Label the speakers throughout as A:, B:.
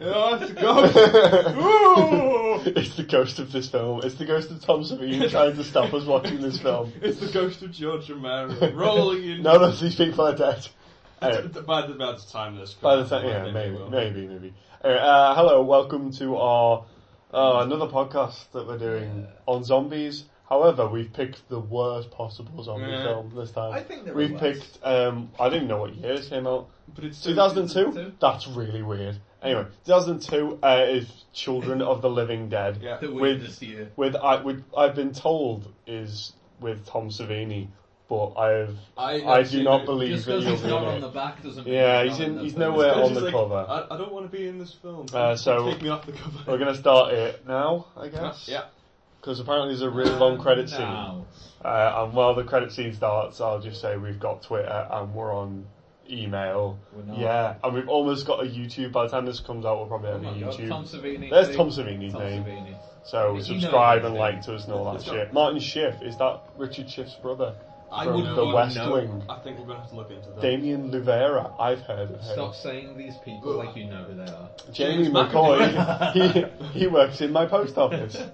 A: Oh, it's a ghost. Ooh.
B: It's the ghost of this film. It's the ghost of Tom Savini trying to stop us watching this film.
A: It's the ghost of George Romero rolling in.
B: None of these people are dead.
A: It's-
B: Anyway,
A: it's By the, by the time this
B: by the
A: comes,
B: time, yeah,
A: maybe
B: maybe,
A: we'll-
B: maybe, maybe. Anyway, uh, hello, welcome to our uh, another podcast that we're doing on zombies. However, we've picked the worst possible zombie
A: Yeah.
B: film this time.
C: I think there
B: we've
C: were worse.
B: picked. Um, I didn't know what year this came out.
A: But it's
B: 2002?
C: 2002?
B: That's really weird. Anyway, 2002 uh, is Children of the Living Dead.
A: Yeah.
C: The
B: With-
C: weirdest year.
B: With, I, with I've been told is with Tom Savini, but I've
A: I,
B: I do not believe
C: Just
B: that
C: because
B: you'll
C: he's
B: be
C: not on
B: in
C: the
B: it.
C: back doesn't mean
B: Yeah,
C: not
B: he's in-
C: the
B: he's
C: film.
B: nowhere
A: It's
B: on
A: just
B: the
A: like,
B: cover.
A: I, I don't want to be in this film.
B: Uh, so-
A: take me off the cover.
B: We're gonna start it now, I guess.
A: Yeah.
B: Because apparently there's a really long credit scene.
C: Now.
B: Uh, and while the credit scene starts, I'll just say we've got Twitter and we're on email.
C: We're not.
B: Yeah, and we've almost got a YouTube. By the time this comes out, we'll probably
C: Oh
B: have a
C: my God,
B: YouTube.
C: Tom Savini.
B: There's
C: see?
B: Tom Savini's
C: Tom
B: name.
C: Savini.
B: So
C: He
B: subscribe
C: knows
B: and
C: everything.
B: like to us and all that
A: Let's go.
B: shit. Martin Schiff is that Richard Schiff's brother
A: I
B: from
C: wouldn't
B: The
C: even
B: West
C: know.
B: Wing?
A: I think we're gonna have to look into that.
B: Damien Luvera, I've heard of him.
C: Stop saying these people like you know who they are.
B: Jamie
A: James
B: McCoy, he, he works in my post office.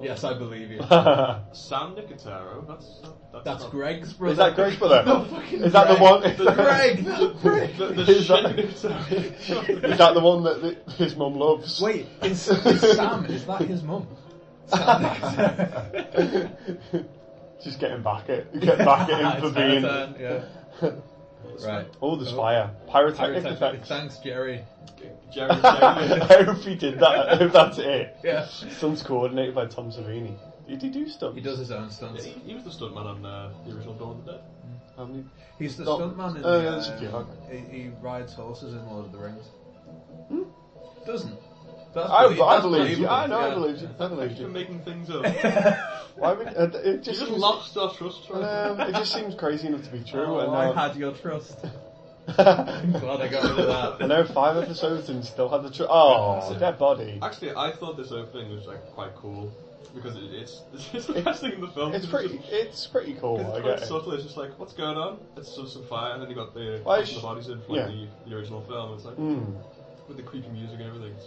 C: Yes, I believe you.
B: is
A: Sam Nicotero. That's that's,
C: That's
A: not-
C: Greg's brother.
B: that Greg's brother?
C: No, fucking
B: is that the
C: Greg.
B: one?
C: The Greg, the Greg.
A: The, the
B: Is
A: shit
B: that-
A: Nicotero.
B: Is that the one that th- his mum loves?
C: Wait, is, is Sam? Is that his mum? Sam.
B: Just getting back at get back at him for
C: It's her
B: being.
C: turn, yeah. Right.
B: Oh, there's fire! Pyrotechnic
C: Pyrotechnic.
B: effects.
C: Thanks, Jerry.
A: Jerry, Jerry.
B: I hope he did that. I hope that's it.
C: Yeah.
B: Stunts coordinated by Tom Savini. Did he do stunts?
C: He does his own stunts.
A: He, he was the stuntman on uh, the original Dawn of the Dead.
B: How many-
C: He's the
B: Not-
C: stuntman in
B: Oh,
C: the,
B: yeah, that's a few,
C: um,
B: okay. Hmm?
C: he, he rides horses in Lord of the Rings. Doesn't. That's
B: I,
C: belie-
B: I
C: that's
B: believe you.
C: believable.
B: I know. I
C: Yeah.
B: believed you. I
A: Thank
B: believed
A: you for
B: you.
A: making things up.
B: Why would uh, it
A: you
B: just?
A: just
B: seems-
A: lost our trust. Troy.
B: Um, it just seems crazy enough to be true.
C: Oh,
B: and
C: I
B: now-
C: had your trust. Glad I got rid of
B: I
C: that.
B: know five episodes and still had the tr- oh
C: Massive.
B: dead body.
A: Actually, I thought this whole thing was like quite cool because it, it's it's the best thing in the film.
B: It's pretty.
A: just-
B: It's pretty cool.
A: It's
B: I
A: quite
B: get it.
A: subtle. It's just like what's going on? It's just some fire, and then you got the
B: Why
A: the
B: sh-
A: bodies in from
B: yeah.
A: the, the original film. It's like
B: Mm.
A: with the creepy music and everything. It's-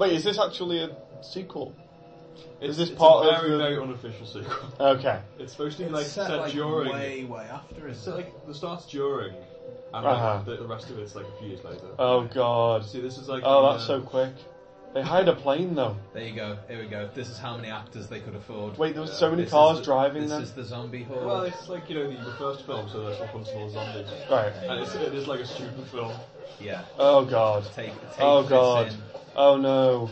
B: Wait, is this actually a sequel?
A: It's,
B: this
A: it's
B: part
A: a
B: of
A: very
B: the-
A: very unofficial sequel.
B: Okay.
A: It's supposed to be
C: It's
A: like
C: set,
A: set
C: like,
A: during.
C: way, way after,
A: It's set,
C: isn't it?
A: like the starts during, and
B: Uh-huh.
A: like, the, the rest of it's like a few years later.
B: Oh god.
A: See, this is like
B: Oh,
A: the,
B: that's so
A: uh,
B: quick. They hired a plane though.
C: There you go. Here we go. This is how many actors they could afford.
B: Wait, there was so many
C: This is
B: cars
C: the-
B: driving
C: This
B: then.
C: is the zombie horde.
A: Well, it's like you know the, the first film, so there's some functional zombies,
B: Right.
A: and it's, it is like a student film.
C: yeah.
B: Oh god.
C: Take, take
B: Oh
C: this
B: god.
C: in.
B: Oh no.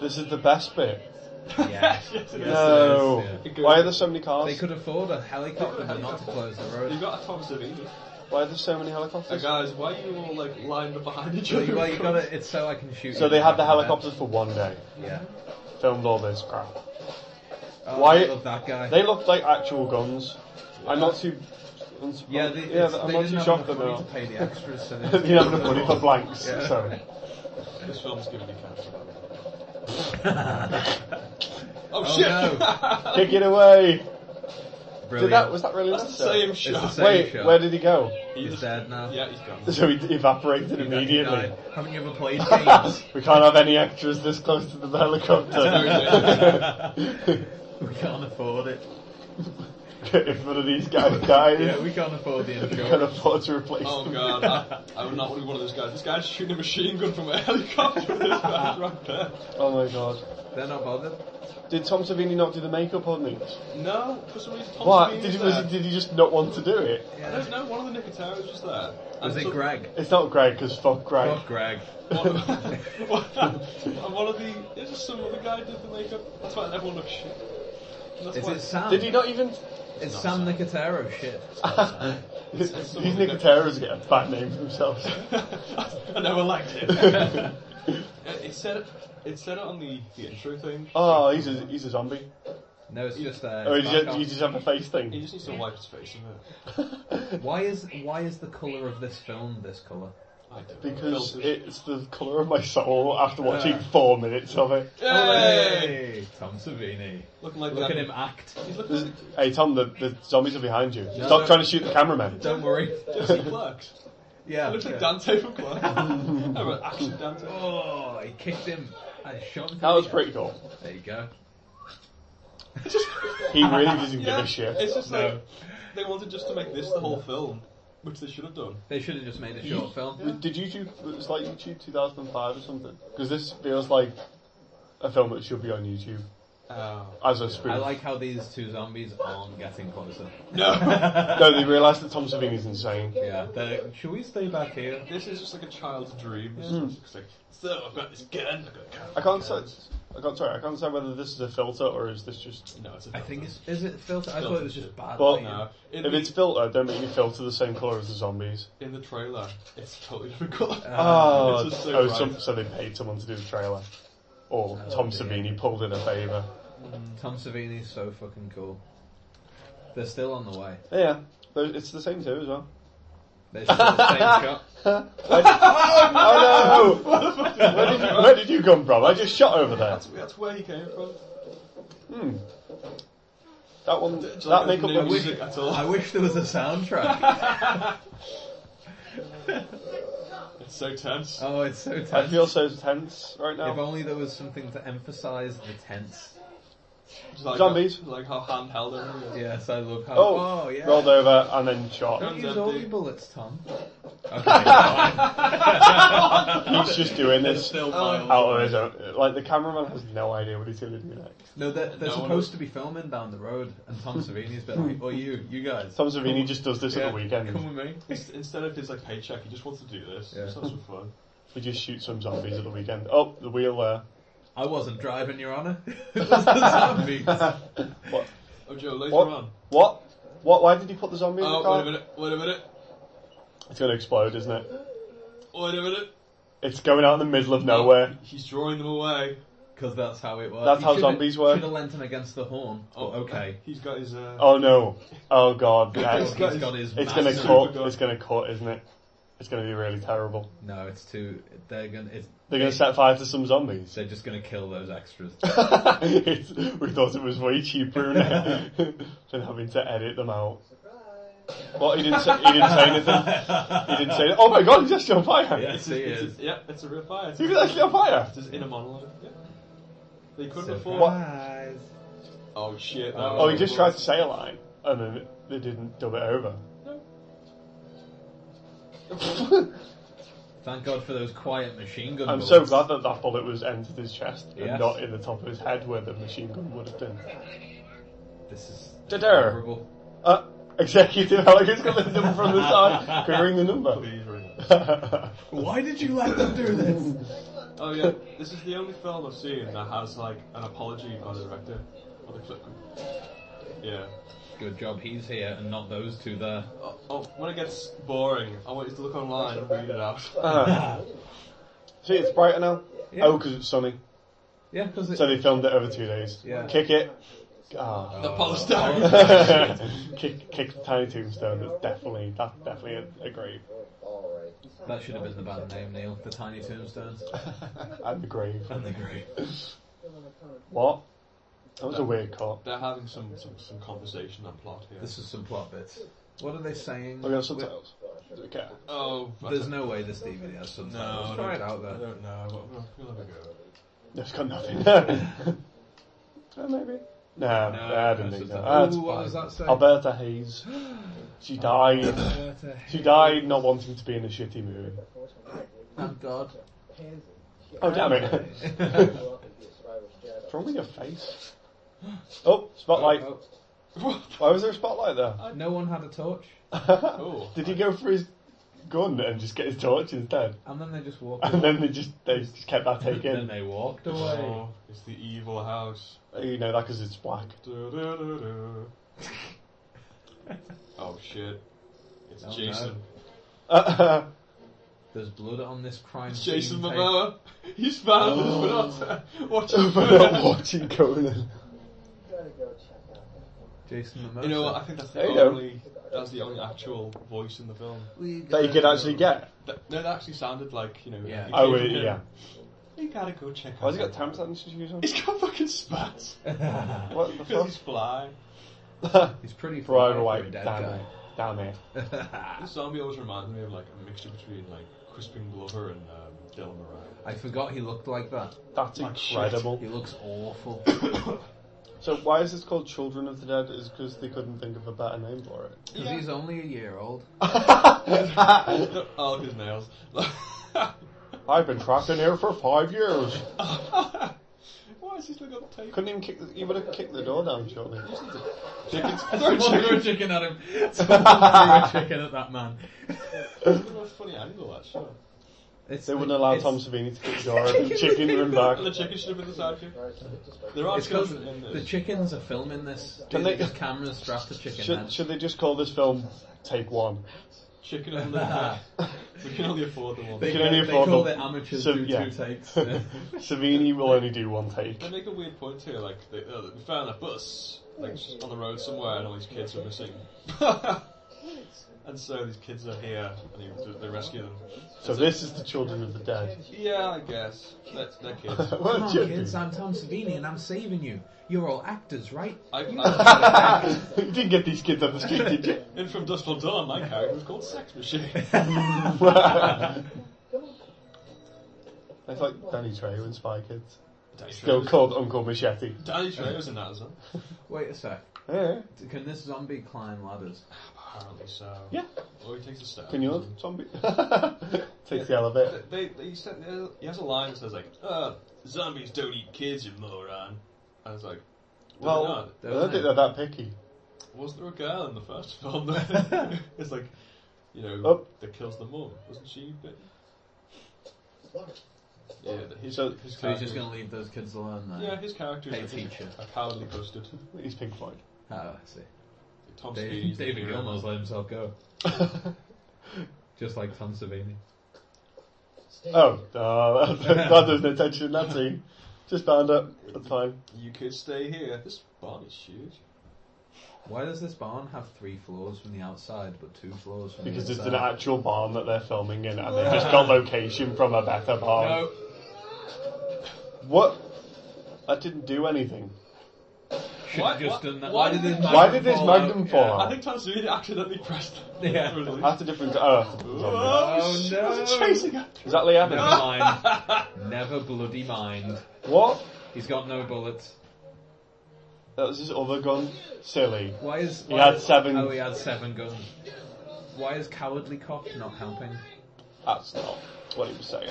B: This is the best bit.
C: Yeah.
A: Yes, it is.
B: No.
C: Yes,
A: it is, yeah.
B: Why are there so many
C: They
B: cars?
C: could afford a helicopter but not to close the
A: You
C: road.
A: got a Tom Savini.
B: Why are there so many
A: Hey
B: helicopters?
A: guys, why are you all like lined up behind each other?
C: Well, you got it. It's so I can shoot.
B: So
C: you
B: they
C: in
B: had the
C: back of
B: helicopters for one day.
C: head. Yeah.
B: Filmed all this crap.
C: Oh,
B: Why-
C: I love that guy.
B: They looked like actual guns. I'm not too.
C: yeah, they,
B: yeah.
C: it's-
B: I'm
C: they
B: not
C: didn't
B: too
C: have
B: shocked
C: enough
B: that they're
C: money
B: not.
C: to pay the extras. So they
B: You
C: just-
B: don't have enough money for blanks,
C: Yeah.
B: so.
A: This film's giving you cancer. oh,
C: Oh,
A: shit!
C: no.
B: Kick it away! Did
C: Brilliant.
B: that, was that really
A: That's the
B: necessary?
A: same
C: the
A: shot.
C: same
B: Wait,
C: shot.
B: where did he go?
A: He
C: He's
A: just-
C: dead now.
A: Yeah, he's gone.
B: So he d- evaporated
C: He died- he
B: immediately.
C: died. Haven't you ever played games?
B: We can't have any extras this close to the helicopter.
C: we can't afford it.
B: if one of these guys dies,
C: Yeah, we can't afford the
B: we can
C: insurance.
B: afford to replace
A: Oh
B: them.
A: god, I, I would not want to be one of those guys. This guy's shooting a machine gun from a helicopter. this guy's right there.
B: Oh my god.
C: They're not bothered.
B: Did Tom Savini not do the makeup on these?
A: No, for some reason, Tom
B: What?
A: Savini
B: Did he,
A: was
B: was
A: there.
B: he, did he just not want to do it?
A: I don't know, one of the Nicotaros was just there.
C: Was
A: And
C: it
A: so-
C: Greg?
B: It's not Greg, because fuck Greg.
C: Fuck Greg.
A: One of, and one of the. There's just some other guy did the makeup. That's why everyone looks shit. And That's
C: Is
A: why
C: it Sam?
B: Did he not even
C: It's Sam Nicotero. Shit.
B: These
A: it's sort of
B: Nicoteras get a bad name for themselves.
A: I never liked it. it, it said it. It said it on the, the intro thing.
B: oh, he's a, he's a zombie.
C: No, it's just. Uh,
B: Oh, he
C: back
B: just,
C: off.
B: he just have a face
A: He
B: thing.
A: just needs to wipe his face isn't it.
C: Why is why is the color of this film this color?
A: I don't know.
B: Because
A: Filters.
B: it's the colour of my soul after watching
C: Yeah.
B: four minutes of it.
C: Oh,
A: Hey!
C: Tom Savini.
A: Looking like
C: Look
A: that.
C: at him act.
A: He's looking
B: There's-
A: like
B: hey Tom, the, the zombies are behind you.
C: No,
B: Stop
C: no.
B: trying to shoot the cameraman.
C: Don't worry.
A: Jesse Clark.
C: Yeah.
A: It looks like
C: yeah.
A: Dante from Clan. I wrote Action Dante.
C: Oh, he kicked him and shot him.
B: That was pretty cool.
C: There you go.
A: It's just,
B: He really doesn't
A: yeah,
B: give a shit.
A: It's just
C: No.
A: like they wanted just to make this the whole film, which they should have done.
C: They should have just made a short film.
B: Did YouTube it was like YouTube 2005 or something? Because this feels like a film that should be on YouTube
C: Oh.
B: as a spoof.
C: I like how these two zombies aren't getting closer.
A: No,
B: No, they realised that Tom Savini is insane.
C: Yeah. they're- Should we stay back here?
A: this is just like a child's dream. It's just like, so I've got this gun. I've got a gun.
B: Hmm. I can't say. I can't. Sorry, I can't say whether this is a filter or is this just.
A: No, it's a
C: I think it's is it filter? I thought it was just bad.
B: But
C: lighting.
A: No, in,
B: if
A: the,
B: it's filter, don't make me filter the same colour as the zombies.
A: in the trailer, it's totally different colour.
C: Uh,
B: Oh,
A: It's just so
B: oh
A: bright.
B: some, so they paid someone to do the trailer, or Tom
C: dear.
B: Savini pulled in a favour.
C: Tom Savini's so fucking cool. They're still on the way.
B: Yeah, though it's the same two as well.
C: They should have the same shot.
B: Oh no! where, did you, where did you come from? I just shot over there.
A: That's, that's where he came from.
B: Hmm. That one.
A: Do you
B: That
A: like
B: makeup
A: the
B: looks.
A: music at all.
C: I wish there was a soundtrack.
A: It's so tense.
C: oh, it's so tense.
B: I feel so tense right
C: if
B: now.
C: only there was something to emphasise the tense.
A: Just like
B: Zombies.
A: How, like how handheld everything is.
C: Yes, I love how.
B: Oh,
C: yeah.
B: rolled over and then shot.
A: Guns
C: Don't use all
A: empty.
C: your bullets, Tom. Okay.
B: He's just doing this
A: Still
B: out
A: mild.
B: of his own. Like the cameraman has no idea what he's going to do next.
C: no, they're, they're
A: No one
C: supposed to be filming down the road, and Tom Savini's been like, "Or you, you guys."
B: Tom Savini just does this
C: Yeah,
B: at the weekend.
C: Come with me.
A: Inst- Instead of his like paycheck, he just wants to do this.
C: Yeah.
A: Just have some fun.
B: He just shoots some zombies at the weekend. Oh, the wheel there.
C: I wasn't driving, Your Honour. Just the zombies.
B: What?
A: Oh, Joe, later
B: What?
A: on.
B: What? What? Why did he put the zombie in the
A: Oh,
B: car?
A: wait a minute. Wait a minute.
B: It's going to explode, isn't it?
A: Wait a minute. Oh,
B: It's going out in the middle of nowhere.
A: He's drawing them away.
C: Because that's how it was.
B: That's
C: He
B: how
C: should've-
B: zombies work.
C: Should have lent him against the horn. Oh, okay.
A: He's got his. Uh,
B: Oh no! Oh god! Yeah,
C: He's
B: it's
A: got his-
C: got his.
B: it's going to
C: massive-
A: cool.
B: cut. It's going to cut, isn't it? It's going to be really terrible.
C: No, it's too. They're gonna. It's,
B: They're going to set fire to some zombies.
C: they're just gonna kill those extras.
B: It's- we thought it was way cheaper than than having to edit them out. What? He didn't say, he didn't say anything. He didn't say. Oh my god! He's actually on fire.
C: yes, it
A: it's, it's-
C: is.
A: yeah, it's a real fire. It's,
B: He was actually on fire.
A: it's his inner monologue. Yeah. They couldn't afford.
C: Surprise.
A: Oh shit.
B: Oh, he just tried to say a line, and then they didn't dub it over.
C: Thank God for those quiet machine gun
B: I'm
C: bullets.
B: so glad that that bullet was entered his chest and
C: Yes.
B: not in the top of his head where the machine gun would have been.
C: This is
B: Da-da.
C: horrible.
B: Uh, executive Elegance got the number from the side. Can we ring the number?
A: Please ring.
C: Why did you let them do this?
A: Oh yeah, this is the only film I've seen that has like an apology by the director or the clip. Yeah.
C: Good job he's here and not those two there.
A: Oh, oh, when it gets boring, I want you to look online and read it out.
B: Uh, see, it's brighter now.
C: Yeah.
B: Oh, because it's sunny.
C: Yeah, because
B: So they filmed it over two days.
C: Yeah.
B: Kick it. Ah.
A: The Palestine.
B: kick, kick the tiny tombstone. That's definitely that's definitely a, a grave.
C: that should have been the band name, Neil. The Tiny Tombstones.
B: And the grave.
C: And the grave.
B: What? That was a weird cut.
A: They're having some, some, some conversation and plot here.
C: This is some plot bits. What are they saying?
B: We got subtitles. Do we care?
A: oh, I
C: There's
A: don't-
C: no way this DVD has
A: no,
C: subtitles.
A: I
C: Try it
A: don't-
C: out
A: I
C: there.
A: don't know, but we'll, we'll have a go.
B: No, it's got nothing. oh, maybe. No, I didn't
C: no
B: think so. Ah,
C: subtitles.
B: That's
C: Ooh, what
B: fine.
C: does that say?
B: Alberta Hayes. She died.
C: Alberta
B: She died not wanting to be in a shitty movie.
C: Thank God.
B: Oh damn it! What's wrong with your face? Oh, spotlight.
C: Oh,
B: Why was there a spotlight there?
C: oh. No one had a torch,
A: Cool.
B: Did he go for his gun and just get his torch instead?
C: and then they just walked.
B: And then they just they just kept that
C: away. then
B: taken.
C: they walked away.
A: Oh, it's the evil house.
B: You know that because it's black.
A: Du-du-du-du. oh shit. It's
C: Oh, no.
A: Jason.
C: There's blood on this crime
A: It's
C: scene.
A: Jason
C: tape.
A: Momoa. He's found
C: Oh.
A: us, but not watching.
B: For not watching Conan.
C: Jason Momoa.
A: You know what? I think that's the
B: There you go.
A: only that's the only actual voice in the film.
B: That you could actually get.
A: That, no, that actually sounded like you know.
C: Yeah.
A: it came
B: Oh,
A: from
B: wait,
A: him.
B: yeah.
A: You gotta go check.
B: Why's he
A: out
B: got tam sandwiches shoes on?
A: He's got fucking spats.
B: What the
A: Because
B: fuck?
A: he's fly.
C: He's pretty
B: Brian
C: fly for a
B: White,
C: dead
B: damn
C: guy.
B: it. Damn it.
A: This zombie always reminds me of like a mixture between like Crispin Glover and um, Del Murray.
C: I forgot he looked like that.
B: That's
A: Like shit.
B: incredible.
C: He looks awful.
B: So why is this called Children of the Dead? Is because they couldn't think of a better name for it.
C: Because he's only a year old.
A: I like his nails.
B: I've been trapped in here for five years.
A: Why is he still got tape?
B: Couldn't even kick. The, he would have kicked the door down shortly.
A: Chickens.
C: Someone threw a chicken at him. Someone threw a chicken at that man.
A: That's a funny angle, actually.
C: It's
B: They wouldn't allow
C: it's-
B: Tom Savini to kick the door and chicken run back.
A: And the chicken should have been the sidekick. There are
C: It's 'cause
A: children in
C: the
A: this.
C: chickens are filming this.
B: Can
C: they
B: they-
C: just cameras strapped to chicken
B: Should,
C: heads.
B: should they just call this film Take One?
A: chicken on the dead. We can only afford the one.
C: They,
B: can
A: They
B: only
C: they
B: afford
C: call
B: them.
C: it amateurs
B: So,
C: do
B: yeah.
C: two takes.
B: Savini will only do one take.
A: make a weird point here, like they, uh, we found a bus like just on the road somewhere, and all these kids are missing. and so these kids are here, and he, they rescue them.
B: So this is the Children of the Dead.
A: Yeah, I guess they're, they're kids.
B: What
C: Come on,
B: children?
C: kids, I'm Tom Savini and I'm saving you. You're all actors, right?
A: I, I,
B: you didn't get these kids on the street, did you?
A: in from Dust Till Dawn, my character was called Sex Machine.
B: That's like Danny Trejo in Spy Kids.
A: Danny
B: Still
A: Trejo's-
B: called Uncle Machete.
A: Danny Trejo's in that as well.
C: Wait a sec.
B: Yeah.
C: Can this zombie climb ladders?
A: Apparently so.
B: Yeah.
A: Or Oh, he takes a step.
B: Can you zombie? Takes the elevator.
A: They, they, he, said, he has a line that says like, uh, "Zombies don't eat kids, you moron." I was like,
B: Well,
A: well,
B: I don't think they're that picky.
A: was there a girl in the first film? that- it's like, you know,
B: Oh.
A: that kills the mum. Wasn't she? Bit? Yeah, th- his,
B: So-
A: his
C: So he's just
A: character-
C: going to leave those kids alone then?
A: Yeah, his character
C: Hey,
A: is like
C: teacher.
A: a cowardly bastard.
B: He's Pink Floyd.
C: Oh, I see.
A: Tom
C: David,
A: Savini's the
C: David
A: hero.
C: Gilmour's let himself go. Just like Tom Savini.
B: Oh, uh, that was no tension in that scene. Just bound up. That's fine.
A: You could stay here. This barn is huge.
C: Why does this barn have three floors from the outside but two floors from
B: Because
C: the
B: it's
C: inside?
B: an actual barn that they're filming in, and they just got location from a better barn.
A: No,
B: What? That didn't do anything.
C: Should
A: Why-
C: have just
A: why-
C: done that.
A: why
C: Why did
A: did
C: this
A: it-
C: magnum
B: Why did this
C: fall out?
B: magnum fall
C: Yeah.
B: out?
A: I think Tom Savini accidentally pressed.
C: Yeah.
A: Really?
B: That's a different. Oh, that's a different zombie.
C: Oh no!
A: Chasing her.
B: Is that Lee Evans?
C: Never mind. Never bloody mind.
B: What?
C: He's got no bullets.
B: That was his other gun. Silly.
C: Why is
B: He
C: why
B: had
C: is-
B: seven-
C: Oh, he had seven guns. Why is cowardly cop not helping?
B: That's not what he was saying.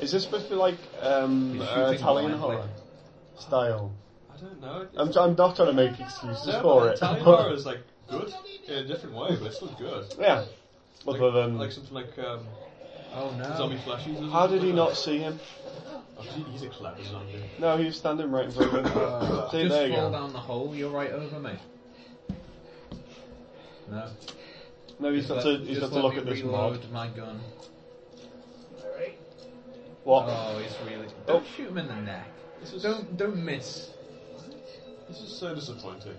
B: Is this supposed to be like um,
C: He's
B: uh,
C: shooting
B: Italian
C: blindly.
B: horror style?
A: I don't know.
B: I'm, I'm not trying to make excuses
A: Yeah,
B: for
A: but
B: it.
A: Italian horror is like good in a different way, but it's still good.
B: yeah.
A: Like,
B: Other than
A: like something like um,
C: Oh no!
A: zombie flashes. or
B: how did he
A: something.
B: not see him?
A: Oh, he- he's a clever zombie.
B: No, he was standing right in front of him.
C: Uh,
B: See,
C: just
B: there you
C: fall
B: go.
C: down the hole. You're right over me. No.
B: No, he's got
C: Just
B: to.
C: let-
B: He's
C: just
B: got to
C: let
B: look
C: me
B: at this mod.
C: reload my gun.
B: What?
C: Oh, he's really. Don't
B: Oh.
C: shoot him in the neck.
A: This is
C: Don't don't miss.
A: this is so disappointing.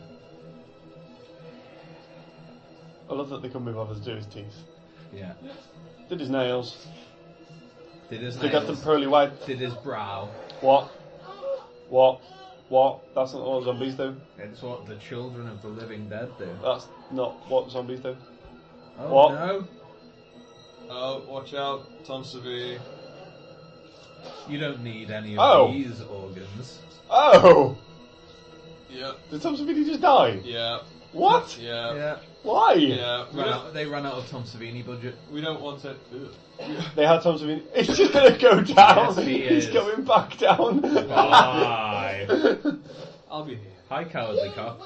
B: I love that they couldn't be bothered to do his teeth.
C: Yeah.
B: Did his nails.
C: Did his
B: They got them
C: nails,
B: pearly white.
C: did his brow.
B: What? What? What? That's not what zombies do.
C: It's what the children of the living dead do.
B: That's not what zombies do.
C: Oh
B: What?
C: no!
A: Oh, watch out, Tom Savini.
C: You don't need any of
B: Oh.
C: these organs.
B: Oh!
A: Yeah,
B: Did Tom Savini just die?
A: yeah,
B: What?
A: yeah, yeah.
C: yeah.
B: Why?
A: We,
C: Ran
A: don't,
C: out, they ran out of Tom Savini budget.
A: we don't want it. Ugh.
B: They had Tom Savini. It's just gonna go down.
C: Yes, he
B: He's
C: is.
B: going back down.
C: Bye.
A: I'll be here.
C: Hi, cowardly cop.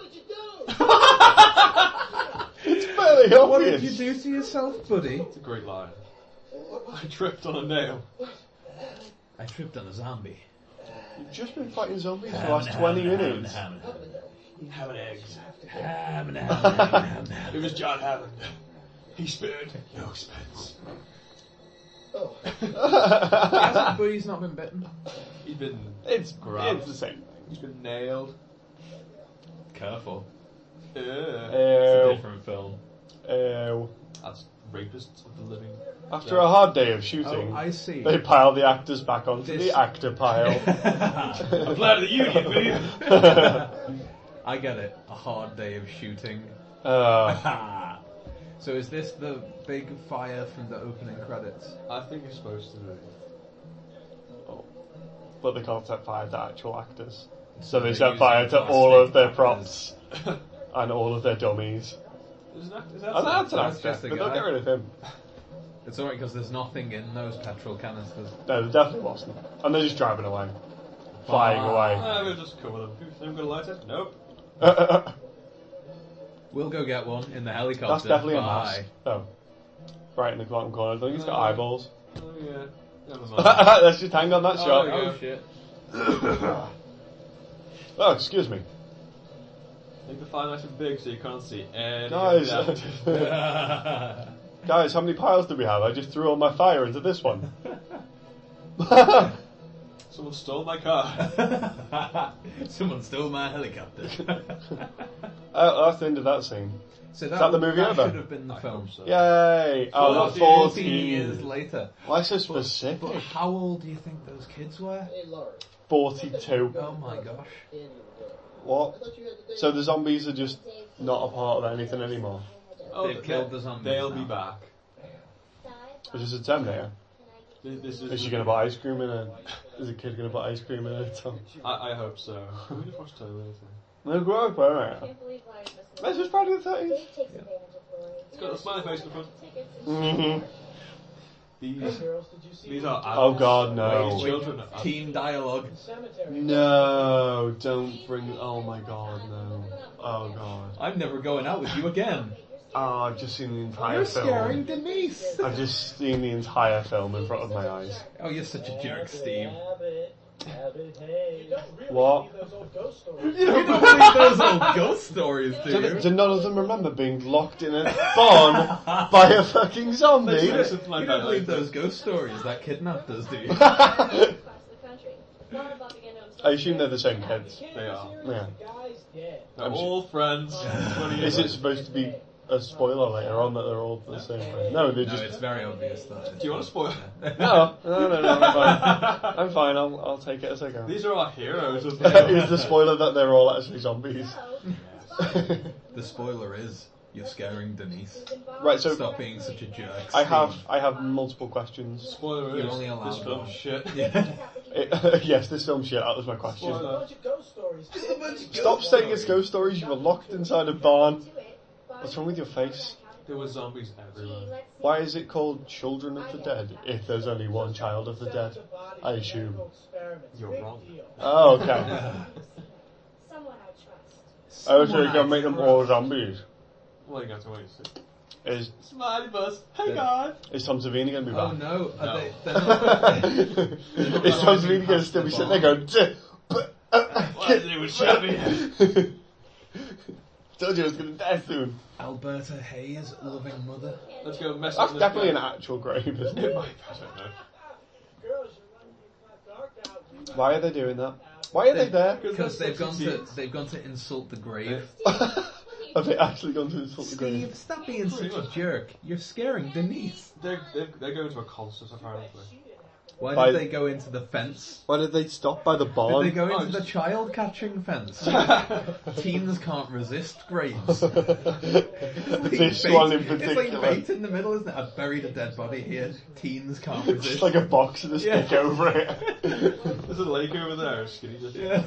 B: Fairly
C: What
B: obvious.
C: did you do to yourself, buddy?
A: It's a great line. I tripped on a nail.
C: I tripped on a zombie.
B: You've just been fighting zombies for the last 20 minutes.
A: Hammond eggs.
C: Ham,
A: It was John Hammond. He spared no expense.
C: but he's not been bitten.
A: He's been
B: It's
A: Grab.
B: It's the same
A: he's been nailed.
C: Careful.
A: Ugh.
B: thing.
C: different film.
B: Ew. Ew.
A: That's rapists of the living.
B: uh, After a hard day of shooting,
C: Oh, I see.
B: they pile the actors back onto
C: This-
B: the actor pile.
A: Apply to the union, will you?
C: I get it. A hard day of shooting.
B: Uh,
C: Ha! So is this the big fire from the opening credits?
A: I think you're supposed to do it.
B: Oh. But they can't set fire to actual actors. So they
C: They're
B: set
C: using
B: fire to all of
C: plastic
B: their
C: actors.
B: props and all of their dummies.
A: Is that, is that
B: And that's an
C: That's
B: actor,
C: just a
B: but they'll
C: guy.
B: get rid of him.
C: It's alright because there's nothing in those petrol canisters.
B: No, they definitely lost them. And they're just driving away. Flying away.
A: Ah, we'll just cover them. Who's anyone got a lighter? Nope. Oh,
C: We'll go get one in the helicopter.
B: That's definitely a
C: Bye.
B: mask. Oh. Right in the bottom corner. I think he's got
A: Uh,
B: eyeballs.
A: Oh yeah. Never mind.
B: Let's just hang on that
A: Oh,
B: shot.
A: yeah.
C: Oh shit.
B: Oh, excuse me.
A: Make the fire nice and big so you can't see anything.
B: Guys,
A: down.
B: guys, how many piles do we have? I just threw all my fire into this one. Oh,
A: Someone stole my car.
C: Someone stole my helicopter.
B: Oh, that's the end of that scene.
C: so
B: that the movie
C: that
B: over?
C: should have been the film.
B: Yay! Oh, not 14
C: years later.
B: Why so
C: But
B: specific?
C: how old do you think those kids were?
B: 42.
C: Oh my gosh.
B: What? So the zombies are just not a part of anything anymore.
A: Oh,
C: They've
A: th-
C: killed
A: they-
C: the zombies
A: They'll
C: now.
A: be back.
B: It's just a Terminator.
A: Th- This is.
B: Is she gonna buy ice cream in a? Is a kid gonna buy ice cream in a Tom?
A: I, I hope so. We just watched Terminator.
B: No, grow up, alright.
D: Can't believe Ryan must know.
B: This was Friday the
D: Dave
B: thirteenth.
D: takes advantage of Lori.
A: It's got a smiley face in the front.
C: Mm-hmm.
B: Mhm.
A: These these are
B: Oh
A: adults.
B: God,
A: These
B: no!
A: children are adults.
C: Team dialogue.
B: No, don't bring. Oh my God, no! Oh God!
C: I'm never going out with you again.
B: Oh, I've just seen the entire
C: You're
B: film.
C: scaring Denise.
B: I've just seen the entire film in front of my eyes.
C: Oh, you're such a jerk, Steve.
B: What?
C: You don't believe those old ghost stories,
B: Do,
C: do
B: they- do
C: you?
B: none of them remember being locked in a barn by a fucking zombie?
A: Let's listen to my
C: You
A: bad
C: don't believe
A: life.
C: those ghost stories that kidnapped us, do you?
B: I
D: I
B: assume they're the same kids.
A: They are.
B: Yeah.
A: They're
B: I'm su-
A: all friends. 20 years
B: Is it
A: old.
B: supposed to be a spoiler later on that they're all the same way? No, they
C: No,
B: just.
C: it's very obvious that.
A: Do you want to spoil?
B: No, no, no, no, I'm fine. I'm fine, I'll, I'll take it as I go.
A: These are our heroes of
B: Is the spoiler that they're all actually zombies?
C: The spoiler is you're scaring Denise.
B: Right, so-
C: Stop being such a jerk.
B: I have I have multiple questions.
A: Spoiler
C: You're
A: is
C: only allowed
A: this film
C: one.
A: shit.
B: It- yes, this film shit, that was my question.
A: Spoiler.
B: Stop saying it's ghost stories, you were locked inside a barn. What's wrong with your face?
A: There were zombies everywhere.
B: Why is it called Children of the Dead if there's only one child of the dead? I assume.
A: You're wrong.
B: Oh, okay.
D: Someone I trust.
B: I was going to make them all zombies.
A: Well, you got to wait and see.
B: Is
A: Smiley bus. Hey
C: Yeah.
A: guys.
B: is Tom Savini going to be
C: Oh
B: back?
C: no, are
A: No.
C: They, they're not,
B: is Tom Savini going to still be sitting there going? "Tch, but, uh,
A: Why did anyone shout me?
B: Told you I was going to die soon.
C: Alberta Hayes, loving mother.
A: Let's go mess
B: That's
A: up. Oh,
B: definitely an actual grave, isn't
A: I
B: it?
A: don't know.
B: Why are they doing that? Why are they there?
C: Because they've gone to
A: Substitutes.
C: they've gone to insult the grave.
B: Have they actually gone to insult the
C: Steve,
B: grave?
C: stop being such a jerk. You're scaring Denise.
A: They're, they're, they're going to a concert apparently.
C: Why
B: By-
C: did they go into the fence?
B: Why did they stop by the
C: Did they
B: barn?
C: go into
A: oh,
C: the child catching fence? Teens can't resist graves.
B: this
C: Bait-
B: one in
C: It's like
B: particular.
C: bait in the middle, isn't it? I've buried a dead body here. Teens can't
B: It's
C: resist.
B: just like a box and a stick
C: Yeah.
B: over it.
A: There's a lake over there. Skinny just.
C: Yeah.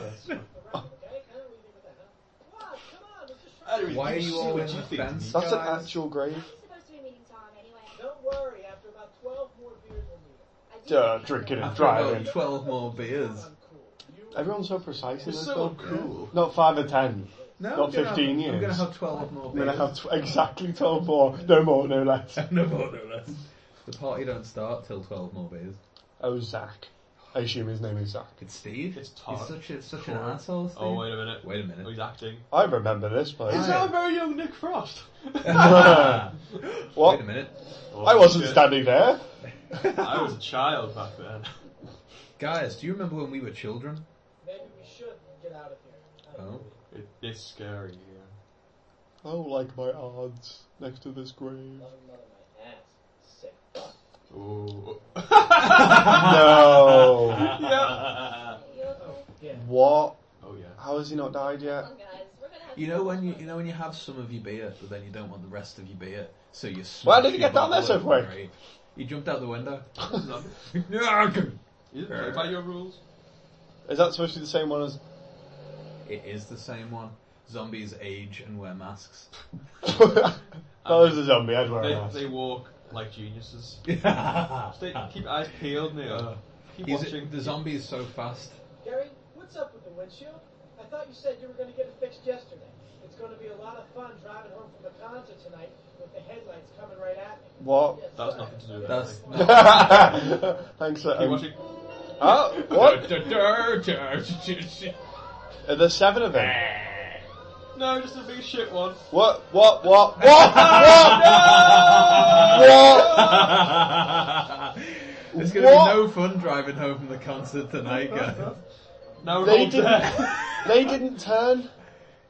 A: Anyway,
C: Why are
A: see
C: you all
A: what
C: in the
A: think.
C: fence?
B: That's an
C: guys?
B: actual grave.
D: supposed to be meeting Tom anyway.
E: Don't worry, after about 12 more beers, we'll meet up.
D: I do-
B: Uh, drinking and
C: After about
B: driving.
C: Twelve more beers.
E: I'm cool. You
B: Everyone's so precise in
A: It's
B: this
A: so
B: film.
A: cool.
B: Not five or ten.
C: No,
B: Not
C: I'm
B: 15
C: gonna have, I'm gonna
B: years.
C: have twelve more
B: I'm
C: beers.
B: gonna have tw- exactly twelve more. No more, no less.
C: no more, no less. The party don't start till twelve more beers.
B: Oh, Zach. I assume his name is Zach.
C: It's Steve.
A: It's Todd.
C: He's such a, such an
A: Todd.
C: asshole. Steve.
A: Oh wait a minute.
C: Wait a
A: Oh, he's
C: minute.
A: acting.
B: I remember this
A: Is
B: place.
A: that a very young Nick Frost?
B: What?
C: Wait a minute,
B: I wasn't standing there.
A: Oh, I was a child back then.
C: guys. Do you remember when we were children?
E: Maybe we should get out of here. I don't
C: Oh.
E: believe it.
A: It, it's scary. Yeah.
B: Oh, like my odds next to this grave.
E: Love him out of my ass. Sick.
A: Ooh.
B: No.
A: yeah.
D: You okay?
E: Yeah.
B: What?
A: Oh yeah.
B: How has he not died yet?
D: Come on, guys. We're gonna have
C: You know when you, you know when you have some of your beer, but then you don't want the rest of your beer, so you.
B: Why did
C: smash
B: you
C: your
B: get down there so
C: bottle open,
B: quick?
C: right? He jumped out the window.
A: you didn't play by your rules.
B: Is that supposed to be the same one as?
C: it is the same one. Zombies age and wear masks.
B: that was a zombie. I'd wear a
A: They,
B: mask.
A: they walk like geniuses. Stay,
C: He's,
A: keep your eyes peeled, Neil. Keep watching.
C: Uh, the zombie is so fast.
E: Gary, what's up with the windshield? I thought you said you were going to get it fixed yesterday. It's going to be a lot of fun driving home from the concert tonight with the headlights coming right at me.
B: What?
E: Yes,
A: That's
E: sir.
A: nothing to do with
C: That's-
A: anything.
B: Thanks. For,
A: Keep
B: um,
A: watching.
B: oh, what?
C: That's
B: Are there seven of them?
A: No, just a big shit one.
B: What? What? What? What? What?
C: It's gonna
B: What?
C: be no fun driving home from the concert tonight, guys.
A: No,
B: They
A: roll
B: didn't-
A: dead.
B: They didn't turn.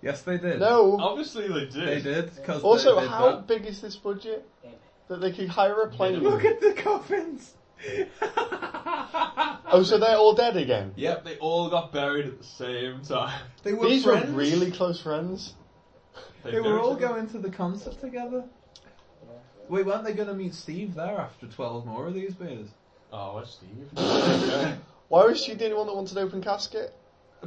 C: Yes, they did.
B: No.
A: Obviously they did.
C: They did, because
B: Also,
C: Oh. they did
B: how
C: that.
B: big is this budget that they could hire a
C: Look
B: plane?
C: at the coffins!
B: Oh, so they're all dead again.
A: Yep, they all got buried at the same time.
C: They were
B: These were
C: friends.
B: really close friends.
C: They
A: know
C: were all
A: each other.
C: going to the concert together. Wait, weren't they going to meet Steve there after 12 more of these beers?
A: Oh, what's Steve?
B: Why was she the only one that wanted open casket?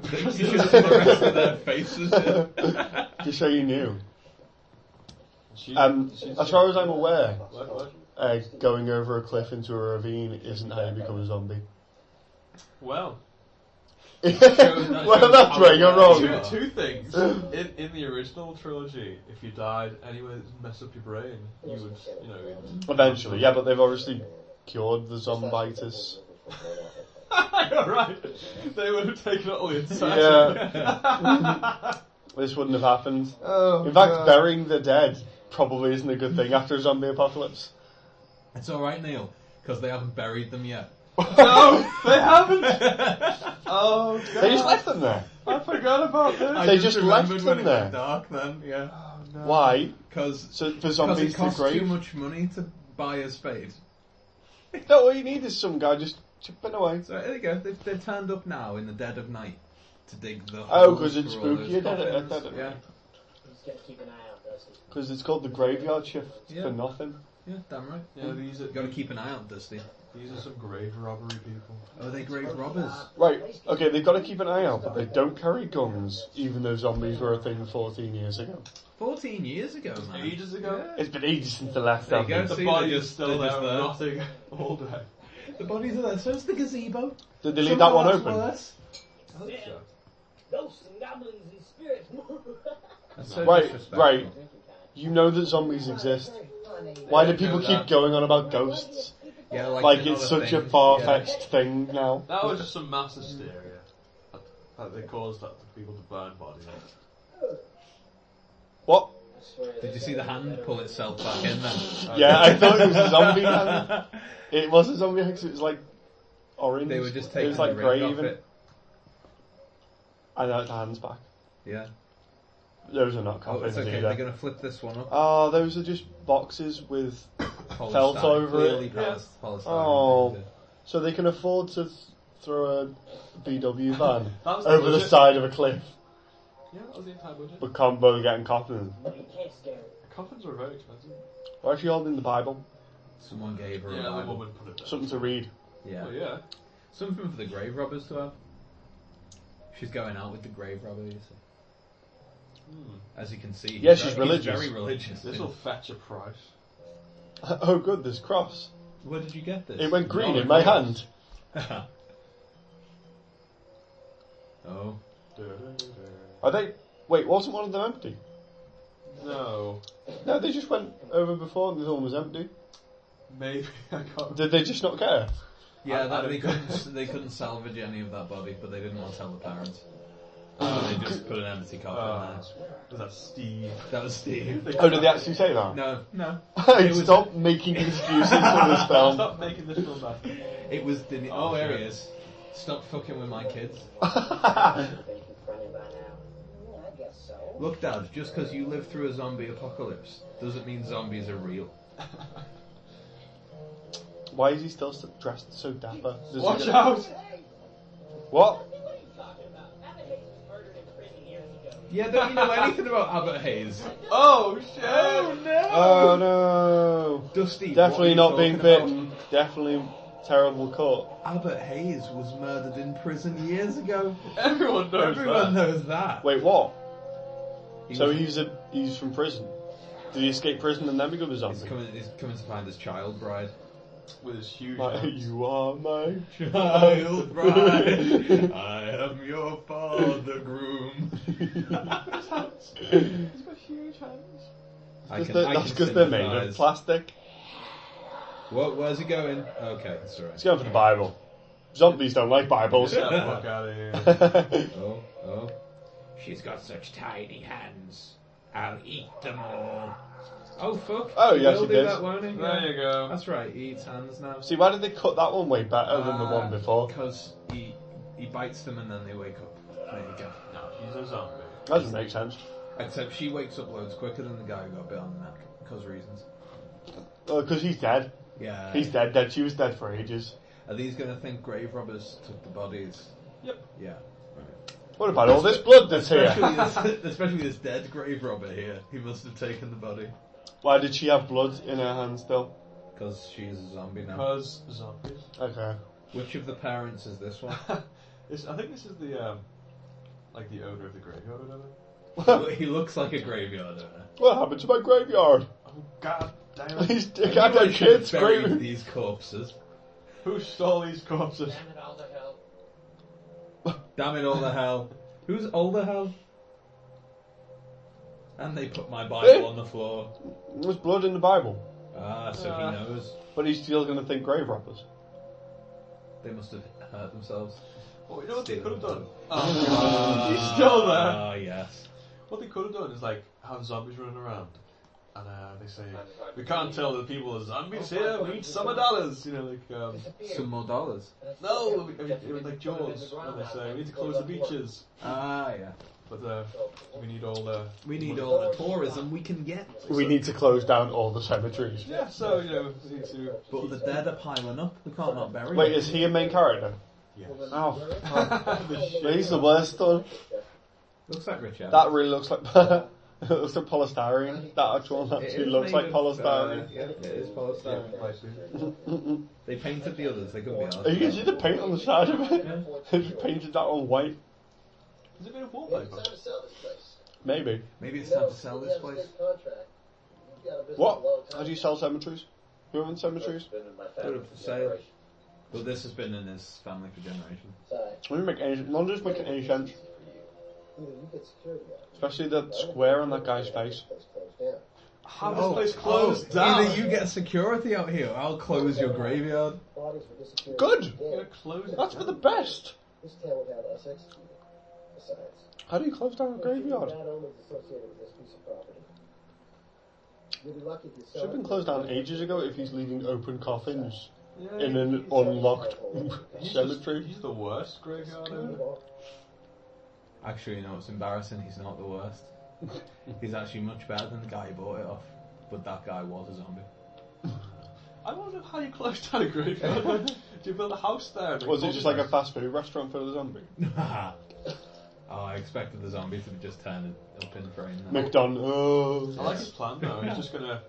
C: because of the rest of their faces. yeah.
B: Just so you knew.
A: She-
B: Um, as far as I'm aware,
A: what, what?
B: uh, going over a cliff into a ravine isn't how you become a zombie.
A: Well,
B: well, that's where you're
A: two,
B: wrong.
A: two things. In, in the original trilogy, if you died anyway that didn't mess up your brain, you would, you know, you'd-
B: Eventually, yeah, but they've obviously cured the zombitis.
A: you're right. They would have taken all the insides.
B: This wouldn't have happened.
C: oh,
B: In fact, burying the dead probably isn't a good thing after a zombie apocalypse.
C: It's alright, Neil, because they haven't buried them yet.
A: no, they haven't. Oh god,
B: They just left them there.
A: I forgot about this. Oh,
C: I
B: They just
C: remembered
B: left
C: when
B: them
C: it got
B: there.
C: dark then, yeah.
B: Why?
C: Because
B: So for
C: it
B: zombies to
C: costs too
B: grave?
C: much money to buy a spade.
B: No, all you need is some guy just chipping away.
C: So there you go, they've, they've turned up now in the dead of night to dig the
B: Oh,
C: holes
B: 'cause it's
C: for all
B: spooky
C: those
B: at dead- at
C: coffins.
B: dead of
C: Yeah,
E: You just got to keep an eye out, Dusty.
B: Because it's called the graveyard shift
C: Yeah.
B: for nothing.
C: yeah, damn right.
A: yeah, these are
C: You've got to keep an eye out, Dusty.
A: these are some grave robbery people.
C: Oh, they grave robbers.
B: Right, okay, they've got to keep an eye out, but they don't carry guns, even though zombies were a thing 14 years ago.
C: 14 years ago, man.
A: Ages ago.
B: It's been ages since the last
C: There you
B: zombie.
C: go.
A: The
C: See,
A: body
C: they're
A: is
C: just-
A: still
C: they're
A: there,
C: just
A: rotting all day.
C: The bodies are there. So is the gazebo.
B: Did they leave
C: Somehow
B: that one
C: that's
B: open?
C: worse.
A: I hope so.
E: Ghosts and goblins and spirits.
C: That's so
B: Right,
C: disrespectful.
B: right.
C: eh?
B: You know that zombies exist. Why do people keep going on about ghosts?
C: Yeah, like,
B: Like
C: they're
B: it's
C: not
B: such a
C: thing.
B: far
C: Yeah.
B: fetched thing now.
A: That was just some mass hysteria. That, that they caused that for people to burn bodies.
B: What?
C: Did you see the hand pull itself back in then?
B: Yeah, I thought it was a zombie hand. It was a zombie hand 'cause it was like orange.
C: They were just
B: It
C: taking
B: was like
C: the ring
B: grey
C: off
B: even.
C: it.
B: I know the hands back.
C: Yeah.
B: Those are not
C: Oh,
B: coffins
C: it's okay.
B: either.
C: They're going to flip this one up.
B: Ah, those are just boxes with,
C: Polystyrene.
B: felt over it.
C: Clearly
A: Yeah.
C: polyst- polystyrene.
B: Oh. so they can afford to th- throw a VW van
A: That was the
B: over the
A: budget.
B: side of a cliff.
A: Yeah, that was the entire budget.
B: But can't bother getting coffins.
A: Coffins were very expensive.
B: Why is she holding the Bible?
C: Someone gave her
A: Yeah,
C: a
A: the
C: Bible.
A: woman put it there.
B: Something to read.
C: Yeah.
A: Oh, yeah.
C: Something for the grave robbers to have. She's going out with the grave robber, you see.
A: Hmm.
C: As you can see.
B: Yeah,
C: he's
B: she's
C: very- he's
B: religious.
C: very religious.
A: This will fetch a price.
B: oh, good, this cross.
C: Where did you get this?
B: It went green
C: Dollar
B: in my
C: bills.
B: hand.
C: oh.
B: Are they? Wait, wasn't one of them empty?
A: No.
B: No, they just went over before and the other one was empty.
A: Maybe I can't.
B: Did they just not care?
A: I-
C: Yeah,
A: I
C: that,
A: don't
C: they
A: think-
C: couldn't they couldn't salvage any of that body, but they didn't want to tell the parents. So they just put an empty coffin
B: Ah.
A: Uh,
C: there.
A: was that Steve?
C: That was Steve.
B: Oh, did they actually say that?
C: No, no.
B: Hey,
C: It was-
B: Stop making excuses for this film.
A: Stop making this film bad.
C: It was the. Oh, there he is. Stop fucking with my kids. Look, Dad, just because you lived through a zombie apocalypse doesn't mean zombies are real.
B: Why is he still so- dressed so
C: uh,
B: dapper? Does he
A: Watch
B: get-
A: out!
B: What?
E: What are you talking about? Abbott Hayes was murdered in prison years ago.
C: Yeah, don't you know anything about Abbott Hayes?
A: Oh shit! Oh no!
B: Oh no!
C: Dusty.
B: Definitely
C: what
B: not
C: are you
B: being bit.
C: talking
B: Definitely terrible cut.
C: about? Abbott Hayes was murdered in prison years ago.
A: Everyone knows that.
C: Everyone knows that.
B: Wait, what?
C: He
B: so
C: was-
B: he's a he's from prison. Did he escape prison and then become a
C: He's
B: zombie?
C: coming, he's coming to find his child bride.
A: With his huge.
B: Like,
A: hands.
B: you are my.
C: Child bride, I am your father groom.
A: He's got huge hands.
C: I can, I
B: that's
C: can
B: because they're made of
C: sympathise.
B: plastic.
C: What, where's he going? Okay, it's
B: It's
C: alright.
B: going for the Bible. Zombies don't like Bibles.
A: Get the fuck out of here.
B: That's
C: Oh, oh.
F: She's got such tiny hands. I'll eat them all.
C: Oh, fuck.
B: Oh,
C: He
B: yes, he
C: will do
B: did.
C: that, won't he? Yeah.
A: There you go.
C: That's right, he eats hands now.
B: See, why did they cut that one way better than the
C: Ah.
B: one before?
C: Because he, he bites them and then they wake up. There you go.
A: No, he's a zombie.
B: That doesn't make sense.
C: Except she wakes up loads quicker than the guy who got bit on the neck. Because reasons.
B: Oh, because he's dead.
C: Yeah.
B: He's dead, dead. She was dead for ages.
C: Are these going to think grave robbers took the bodies?
A: Yep.
C: Yeah.
B: What about all this blood that's
C: Especially
B: here?
C: this, especially this dead grave robber here. He must have taken the body.
B: Why did she have blood in her hand still?
C: Because she is a zombie now.
A: Because zombies.
B: Okay.
C: Which of the parents is this one?
A: This- I think this is the um, like the owner of the graveyard or whatever.
B: what
C: he looks like a graveyard owner.
B: happened to my graveyard?
A: Oh god damn it!
B: These goddamn
C: They should have
B: kids
C: buried
B: screaming.
C: these corpses.
A: Who stole these corpses?
E: Damn it all to hell.
C: Damn it, all the hell. Who's all the hell? And they put my
B: Eh?
C: Bible on the floor.
B: There's blood in the Bible,
C: Ah, so
A: Ah.
C: he knows.
B: but he's still going to think grave robbers.
C: They must have hurt themselves.
A: Well, you know what they could
C: Stealing
A: have done?
C: blood.
A: Oh,
B: Uh,
A: God. he's still there.
C: Ah, yes.
A: What they could have done is like have zombies running around, and uh, they say we can't tell the people are zombies here. We need summer dollars. You know, like um,
E: Disappeared.
C: Some more dollars.
A: no, we- it was like Jaws. And they say we need to close the beaches,
C: Ah, yeah.
A: but uh, we need all the
C: We need all the tourism we can get.
B: We need to close down all the cemeteries.
A: Yeah, so you know we need to.
C: But the dead are piling up. They can't not bury
B: Wait,
C: them.
B: is he a main character?
A: Yes.
B: Oh,
A: The shit.
B: he's the worst one.
C: Looks like Rich Evans.
B: That really looks like it looks like polystyrene. That actual one
C: It is
B: actually looks
C: made
B: like
C: of, uh,
B: polystyrene.
C: yeah, it is polystyrene.
A: Might be.
C: They painted the others. They couldn't be
B: Are you
C: arsed.
B: can see the paint on the side of it? They just painted that on white.
A: Is it made of wallpaper?
E: to sell this place.
B: Maybe.
C: Maybe it's time to sell this place.
B: What? How do you sell cemeteries? You own cemeteries?
C: Put it for sale. But this has been in his family for generations.
B: Doesn't make any, none of this make any sense. Especially the square on that guy's face.
A: Have
C: Oh,
A: this place
C: oh,
A: closed down.
C: Either you get security out here, or I'll close your graveyard.
B: Good!
A: You're gonna close it
B: That's for
A: down.
B: the best!
G: This town would have us executed. Besides,
B: How do you close down a graveyard?
G: Not only is associated with this piece of property. You'd be lucky if you
B: Should have been closed down ages ago if he's leaving open coffins
A: Yeah,
B: in an unlocked
A: he's just-
B: cemetery.
A: he's the worst graveyard owner.
C: Actually, you know, it's embarrassing. He's not the worst. He's actually much better than the guy who bought it off. But that guy was a zombie.
A: I wonder how you close down a graveyard. Do you build a house there? and
B: Was it just like a
A: complex?
B: fast food restaurant for the zombie?
C: oh, I expected the zombie to just turn it up in frame. Now.
B: McDonald's.
A: I like his plan though. He's just gonna,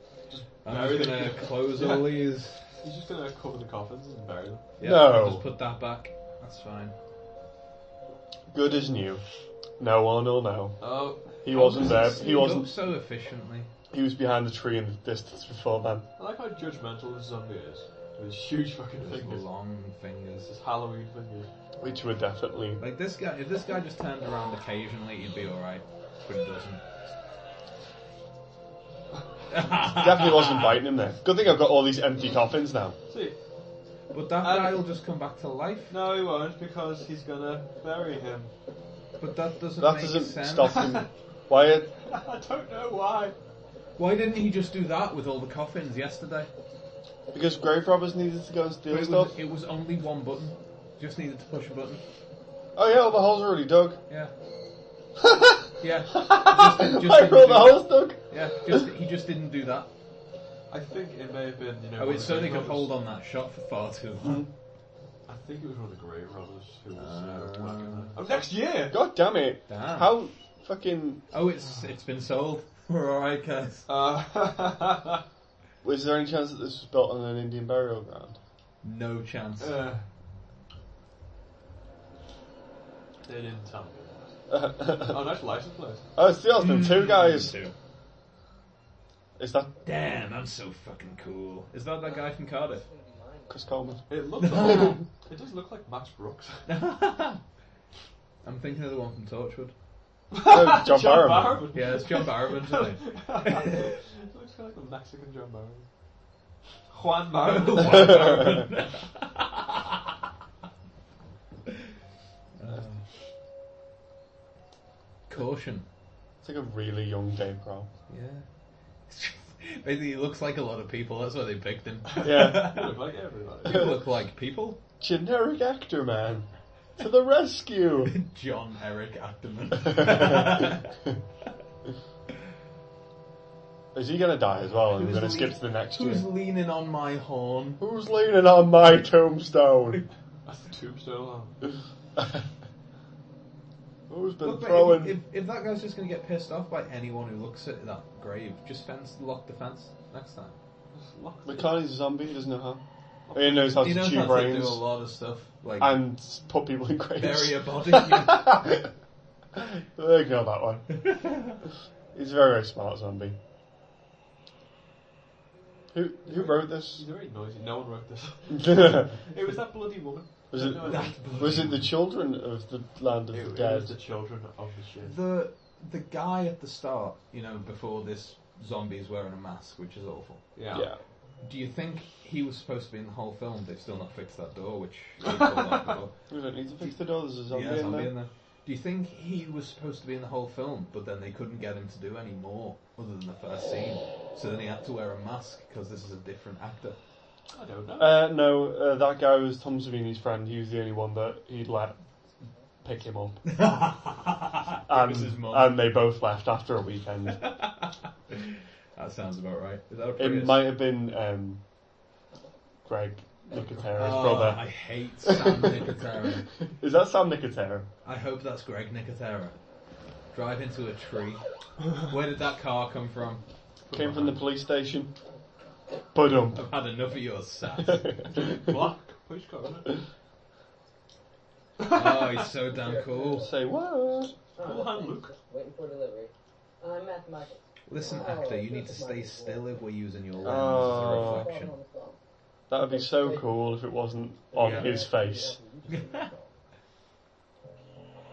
C: I'm just gonna close all these.
A: he's just gonna cover the coffins and bury them.
C: Yeah,
B: No.
C: I'll just put that back. That's fine.
B: Good as new. No one will know.
A: Oh,
B: He wasn't
C: How
B: there.
C: does it
B: He
C: sneak up
B: wasn't.
C: so efficiently.
B: He was behind a tree in the distance before then.
A: I like how judgmental this zombie is. With his huge fucking
C: Those
A: fingers.
C: long fingers.
A: His Halloween fingers.
B: Which were definitely.
C: Like this guy, if this guy just turned around occasionally, he'd be alright, but he doesn't.
B: Definitely wasn't biting him there. Good thing I've got all these empty coffins now.
A: See,
C: But that
A: And-
C: guy will just come back to life.
A: no, he won't because he's gonna bury him.
C: But that doesn't
B: That
C: make
B: doesn't
C: sense.
B: stop him. Why? uh,
A: I don't know why.
C: Why didn't he just do that with all the coffins yesterday?
B: Because grave robbers needed to go and steal
C: It
B: stuff.
C: was, it was only one button. Just needed to push a button.
B: Oh yeah, all the holes are already dug.
C: Yeah. yeah. Just, didn't- just
B: I
C: didn't
B: all
C: do
B: the holes dug.
C: that. Yeah. Just he just didn't do that.
A: I think it may have been, you know.
C: Oh,
A: one
C: it's
A: of the
C: so they
A: grave
C: could
A: robbers.
C: hold on that shot for far too long.
A: I think it was one of the grave robbers who was.
C: Uh,
A: uh, working there. oh, next year!
B: God damn it!
C: Damn.
B: How Fucking.
C: Oh, it's it's been sold. We're alright, guys.
A: Uh,
B: Was there any chance that this was built on an Indian burial ground?
C: No chance.
A: uh, they didn't tell me that. Oh, nice license plate.
B: oh, it's the Osmond
C: Hmm.
B: Two guys.
C: Two.
B: Is that
C: Damn, I'm so fucking cool. Is that that guy from Cardiff?
B: Chris Coleman?
A: It looks like, it does look like Max Brooks.
C: I'm thinking of the one from Torchwood.
B: Oh, John, Barrowman.
A: Barrowman.
C: Yeah, it's John Barrowman, isn't it?
A: it looks kind of like a Mexican John Barrowman. Juan Barrowman.
C: Juan Barrowman. Uh, caution.
B: It's like a really young Dave Grohl.
C: Yeah. Basically, he looks like a lot of people. That's why they picked him.
B: Yeah.
A: You look like everybody.
C: You look like people.
B: Generic actor man. To the rescue.
C: John Eric Ackerman.
B: Is he gonna die as well? And we're
C: Who's
B: gonna Oh, skip
C: the lead-
B: to the next year.
C: Who's leaning on my horn?
B: Who's leaning on my tombstone?
A: That's the tombstone. on.
B: Who's been
C: Look, mate,
B: throwing?
C: if, if, if that guy's just going to get pissed off by anyone who looks at that grave, just fence lock the fence next time.
A: It's locked.
B: McCartney's a zombie. He doesn't know how. He knows how
C: he
B: to
C: knows
B: chew
C: how to do a
B: brains
C: lot of stuff, like
B: and s- put people in graves.
C: bury a body. yeah.
B: Ignore that one. He's a very, very smart zombie. Who who wrote this?
A: He's very noisy. No one wrote this.
B: was
A: It was that bloody woman.
B: it
A: No,
C: That
B: was it the children of the land of
A: It,
B: the
A: it
B: dead?
A: was the children of the shit.
C: the the guy at the start, you know, before this zombie is wearing a mask, which is awful.
A: Yeah.
B: yeah.
C: Do you think he was supposed to be in the whole film? They've still not fixed that door, which we called that before.
B: We don't need to fix the door. There's a zombie,
C: yeah,
B: in,
C: zombie
B: there.
C: in there. Do you think he was supposed to be in the whole film, but then they couldn't get him to do any more other than the first scene? So then he had to wear a mask because this is a different actor.
A: I don't know.
B: Uh, no, uh, that guy was Tom Savini's friend. He was the only one that he'd let pick him up.
C: and,
B: And, and they both left after a weekend.
C: That sounds about right. Is that a
B: it
C: Prius?
B: might have been um, Greg Nicotera's
C: Oh, I
B: brother.
C: hate Sam Nicotera.
B: Is that Sam Nicotera?
C: I hope that's Greg Nicotera. Drive into a tree. Where did that car come from?
B: Came from the police station. But um,
C: I've had enough of your sass.
A: Black police car, isn't it?
C: oh, he's so damn cool.
B: Say what?
A: Cool hand, Luke.
G: Waiting for delivery. I'm at the market.
C: Listen, actor, you need to stay still if we're using your lens
B: Oh.
C: as a reflection.
G: the phone.
B: That would be so cool if it wasn't on
C: Yeah.
B: his face.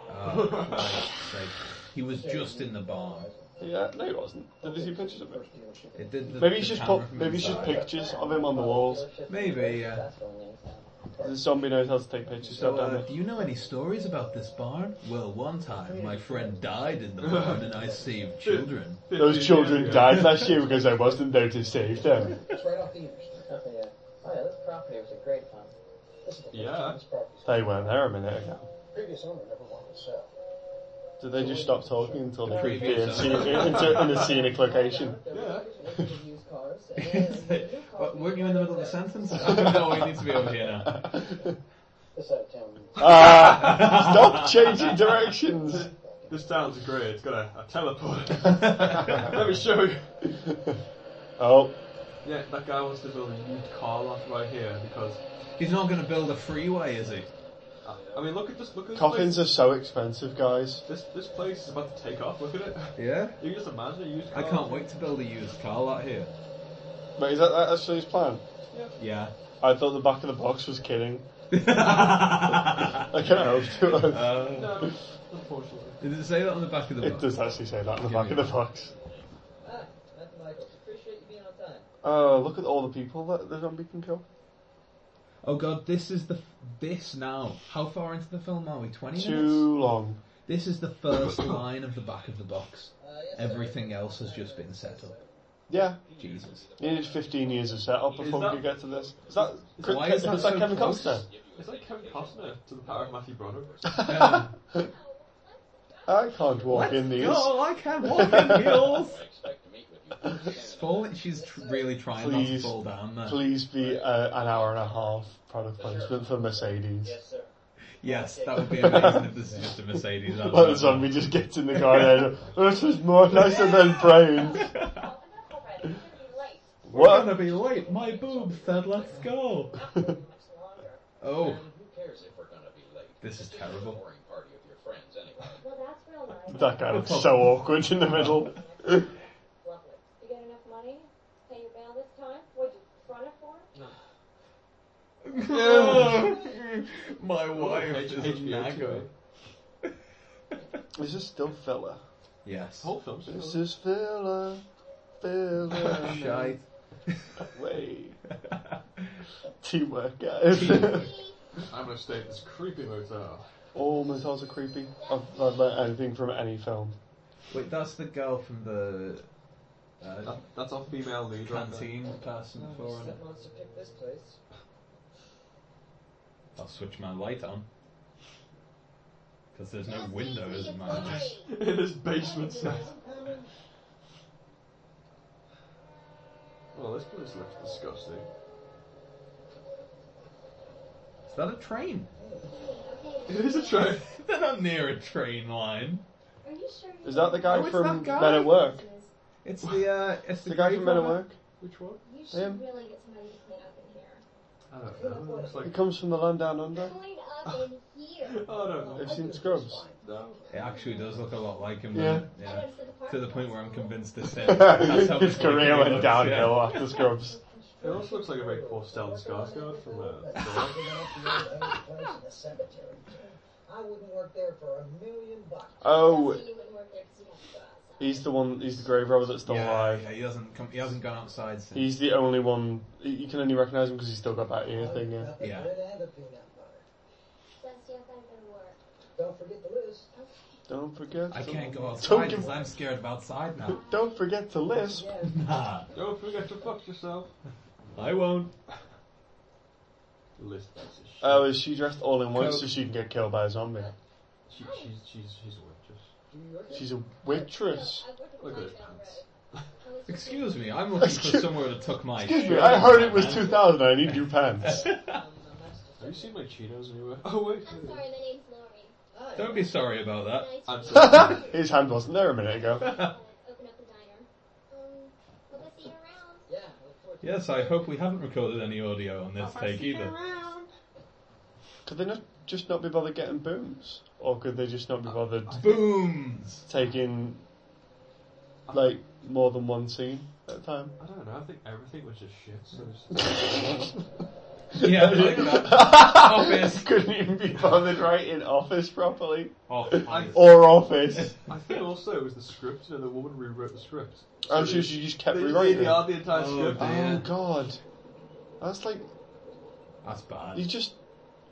C: Oh, for Christ's sake. He was just in the barn.
B: Yeah, no, it wasn't. Did they see pictures of it?
C: It did the,
B: Maybe
C: the
B: you should
C: camera
B: put.
C: from
B: Maybe you should
C: inside.
B: pictures of him on the walls.
C: Maybe, yeah.
B: The zombie knows how to take pictures.
C: So,
B: God damn
C: uh,
B: it.
C: do you know any stories about this barn? Well, one time my friend died in the barn and I saved children.
B: Those children died last year because I wasn't there to save them.
G: It's right off the interstate. Oh, yeah. Oh, yeah, this property was a great one. This is the first
A: Yeah.
G: time this property's-
B: They weren't there a minute ago.
G: Previous owner never wanted to sell.
B: Did they just stop talking until they creeped in,
C: Previous
B: into, in a scenic location?
A: Yeah.
G: Used cars. and-
C: What, weren't you in the middle of a sentence? no, we need to be over here now.
G: This out of town.
B: Ah! Stop changing directions!
A: This town's great. It's got a, a teleport. Let me show you.
B: Oh,
A: Yeah, that guy wants to build a used car lot right here because
C: He's not going to build a freeway, is he?
A: I mean, look at this. Look at this
B: coffins
A: place.
B: are so expensive, guys.
A: This this place is about to take off. Look at it.
C: Yeah.
A: You can just imagine a used car.
C: I can't wait to build a used car lot here.
B: But is that that actually his plan?
C: Yeah.
B: I thought the back of the box was kidding.
C: uh,
B: I can hope to.
A: No, unfortunately.
C: Um, did it say that on the back of the
B: It
C: box?
B: does actually say that on the back of the box.
G: Hi, that's Michael. Appreciate you being on time.
B: Oh, look at all the people that the zombie can kill.
C: Oh god, this is the f- this now. How far into the film are we? Twenty minutes.
B: Too long.
C: This is the first line of the back of the box.
G: Uh, yes, sir.
C: Everything else has just been set up.
B: Yeah,
C: Jesus.
B: You needed 15 years of setup
A: Is
B: before
A: that-
B: we could get to this. Is that,
C: Why is that
B: was that
C: so
B: Kevin
C: close?
B: Costner?
A: It's like Kevin Costner to the power of Matthew Broderick.
C: Yeah.
B: I can't walk in these.
C: Go, I can walk in heels. She's falling. She's tr- really trying not to
B: Please.
C: fall down there.
B: Please be uh, an hour and a half product placement for Mercedes.
G: Yes, sir.
C: Yes, that would be amazing if this is just a Mercedes.
B: Like the zombie just gets in the car and this is more nicer than brains.
D: Well, enough already. We're gonna be late.
C: We're
B: What?
C: gonna be late. My boobs said, "Let's go."
D: Much longer.
C: Oh,
H: And who cares if we're gonna be late?
C: This is
H: It's just a
C: terrible.
H: Boring party of your friends anyway.
D: Well, that's real nice.
B: That guy looks so awkward in the middle.
D: Lovely. You get enough money? Pay your bail this time? What'd you front it for?
C: my wife
A: HBO
C: is
A: TV.
C: nagging.
B: Is this still filler?
C: Yes.
A: Whole film's
B: This is filler.
C: Oh,
B: Filler.
C: Shite.
B: Way. Teamwork, guys.
A: I'm gonna stay at this creepy hotel.
B: All motels are creepy. I've, I've learnt anything from any film.
C: Wait, that's the girl from the uh,
A: That, that's our female lead right there.
C: canteen person
B: Oh,
C: for it.
G: That Um, monster picked this place.
C: I'll switch my light on. Because there's no windows in my house.
D: Boring.
A: In this basement set. Well, Oh, this place looks disgusting.
C: Is that a train?
A: It is a train.
C: They're not near a train line.
D: Are you sure you
B: Is that the guy
C: Oh, it's
B: from
C: that guy.
B: Men at Work?
C: It's the uh, it's
B: The guy from Men at Work?
A: Which one?
D: You should
B: Him?
D: really get somebody to clean up in here.
A: I don't know. It looks like.
B: He comes from the land down under.
D: Clean up in here.
A: Oh no.
B: I've seen Scrubs.
A: No.
C: It actually does look a lot like him.
B: Yeah.
C: doesn't it?
D: I
C: yeah.
D: noticed at
C: To the
D: park
C: point
D: last
C: where I'm
D: night.
C: convinced this thing. that's how
B: His
C: much like
B: career
C: he
B: went
C: looks,
B: downhill after Scrubs.
A: It also looks like a very poor Stellan Skarsgård from uh,
G: Open up the old age place in the cemetery. I wouldn't work there for a million bucks.
B: Oh,
D: So you wouldn't work there 'cause you'd have to go outside.
B: he's the one. He's the grave robber that's
C: Yeah.
B: still
C: Yeah,
B: alive.
C: yeah, he hasn't come. He hasn't gone outside since.
B: He's the only one. You can only recognise him because he's still got that ear thing. Yeah.
G: Nothing
C: Yeah.
G: good and a peanut butter.
D: Just yes, I'm gonna work.
G: Don't forget the list.
B: Don't forget.
C: I
B: to-
C: can't go
B: Don't
C: outside
B: give-
C: because I'm scared of outside now.
B: Don't forget to lisp.
C: nah,
A: Don't forget to fuck yourself.
C: I won't.
A: List piece of shit.
B: Oh, is she dressed all in white so she can get killed by a zombie?
A: She, she's, she's, she's a waitress.
B: She's a waitress.
D: I worked at
A: Look at his
D: Blackdown
A: pants.
D: Road. I was just-
C: Excuse me, I'm looking for
B: Excuse-
C: somewhere to tuck my.
B: Excuse me,
C: shirt
B: I heard it
C: on.
B: was 2000. I need new pants.
A: Have you seen my chinos anywhere? Oh wait.
D: I'm sorry, my name's Lori.
C: Don't be sorry about that.
D: Nice
A: Uh, I'm
D: to
A: sorry.
B: His hand wasn't there a minute ago.
D: uh, Open up the diner. Um, hope I see you around.
G: Yeah, look forward to it.
C: Yes, I hope we haven't recorded any audio on this take either.
B: Could they not just not be bothered getting booms, or could they just not be bothered
C: Booms!
B: taking like more than one scene at a time?
A: I don't know. I think everything was just shit. So it's just-
C: Yeah, like that. Office.
B: Couldn't even be bothered writing office properly
C: Oh, Office.
B: or office.
A: I think also it was the script. You know, the woman who wrote the script.
B: I'm sure Oh, she just kept
A: They
B: rewriting. it.
A: DDR'd the entire
C: Oh,
A: script.
C: dear.
B: Oh god, that's like
C: That's
B: you
C: bad.
B: just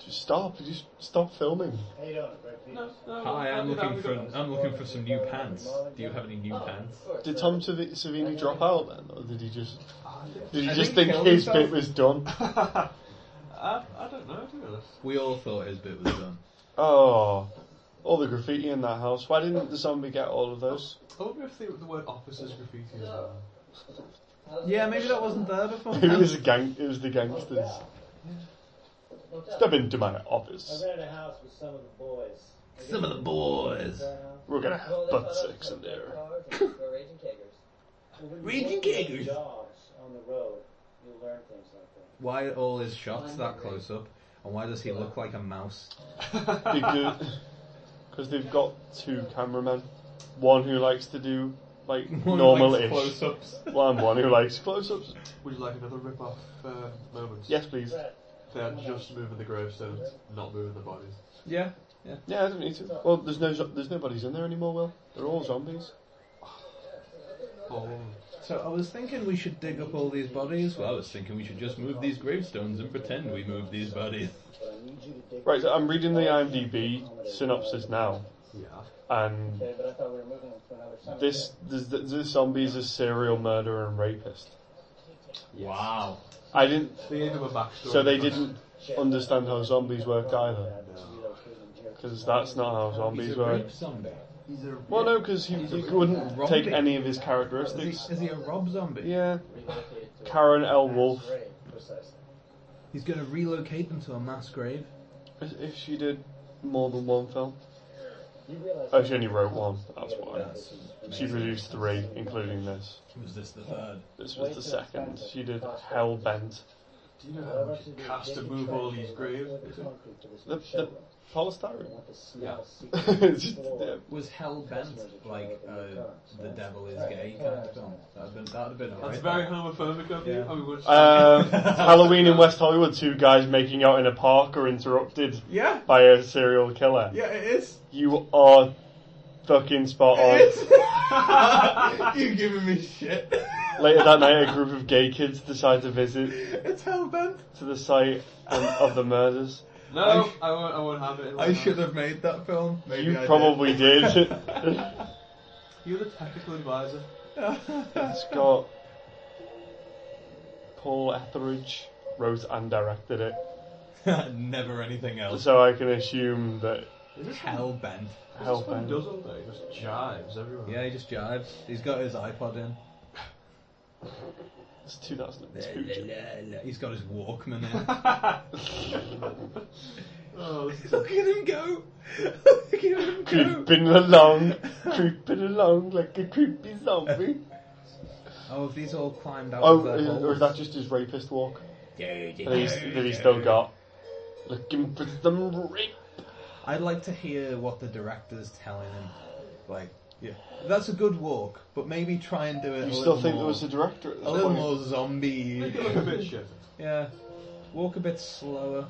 B: just stop. You just stop filming.
E: How you doing? Great
A: No, no,
C: Hi, I'm
A: no,
C: looking
A: we
C: for
A: got-
C: I'm looking for some new pants. Do you have any new
E: Oh.
C: pants?
G: Of course,
B: Did
G: uh,
B: Tom Savi- Savini drop out then, or did he just
A: I think-
B: did he
C: I
B: just think,
C: think he killed
B: his
C: himself.
B: bit was done?
A: I, Uh, I don't know. To be honest,
C: We all thought his bit was done.
B: Oh, all the graffiti in that house. Why didn't the zombie get all of those?
A: I wonder if the, the word officers graffiti is there.
C: Yeah, maybe that wasn't there before.
B: it was the gang. It was the gangsters. Step into my office.
E: I rented a house with some of the boys.
C: Some of the boys.
B: We're gonna have butt sex in there.
C: Raging Tigers.
E: Dogs on the road. You'll learn things like that.
C: Why are all his shots that close up? And why does he look like a mouse?
B: because 'cause they've got two cameramen. One who likes to do like normal ish,
C: close ups.
B: and one who likes close ups.
A: Would you like another rip-off uh, moment?
B: Yes, please.
A: They are just moving the gravestones, not moving the bodies.
C: Yeah.
B: Yeah, I don't need to. Well, there's no zo- there's nobody's in there anymore. Will they're all zombies.
A: Oh,
C: So I was thinking we should dig up all these bodies. Well, I was thinking we should just move these gravestones and pretend we moved these bodies.
G: But I need you to dig
B: Right, so I'm reading the IMDb synopsis now,
A: yeah.
B: and
G: Okay, but I thought we were moving to another cemetery.
B: this this, this zombie is a serial murderer and rapist.
C: Wow.
B: I didn't.
A: They gave him a backstory.
B: So they didn't understand how zombies worked either, because that's not how zombies
C: He's a
B: work.
C: rape zombie.
A: He's a,
B: Well, no, because he, he wouldn't take any of his
C: Is
B: characteristics.
C: he, is he a rob zombie?
B: Yeah, Karen L. Wolf.
G: Precisely.
C: He's going to relocate them to a mass grave.
B: If if she did more than one film?
G: You realize
B: Oh, she only wrote one. That's why.
C: That's,
B: She produced three, including this.
C: was this the third?
B: This was the second. She did Hellbent.
A: Do you know how much it costs to move all these graves?
B: The, the polystyrene.
A: Yeah.
B: It's just- yeah.
C: Was Hellbent like uh, the devil is gay kind of film? That'd been, that'd have been
A: That's
C: alright.
A: very homophobic of you.
C: Yeah.
A: I mean, would
B: Um, Halloween in West Hollywood, two guys making out in a park are interrupted
C: Yeah,
B: by a serial killer.
C: yeah, it is.
B: You are fucking spot on.
C: It is. You're giving me shit.
B: Later that night, a group of gay kids decide to visit
C: It's Hellbent.
B: to the site um, of the murders.
A: no, I won't. I won't have it. in my
C: I
A: house.
C: should have made that film. Maybe
B: You
C: I
B: probably did.
A: You're the technical advisor.
B: It's got Paul Etheridge wrote and directed it,
C: Never anything else.
B: so I can assume that
A: Is this
C: Hellbent.
A: This one
B: Hellbent.
A: does all day. Just jives everywhere.
C: Yeah, he just jives. He's got his iPod in.
B: It's 2002.
C: He's got his Walkman in.
A: Oh, this is
C: Look at him go! Look at him go!
B: Creeping along, creeping along like a creepy zombie.
C: Oh, have these all climbed out
B: Oh,
C: of their
B: is- or is
C: holes?
B: that just his rapist walk that he's, that he's
F: That
B: still got? Looking for some rape.
C: I'd like to hear what the director's telling him. Like, yeah, that's a good walk, but maybe try and do it. a
B: You
C: little
B: still think
C: more,
B: there was a director at this
C: a little
B: point?
C: more zombie?
A: Make it look a bit shit.
C: yeah, walk a bit slower,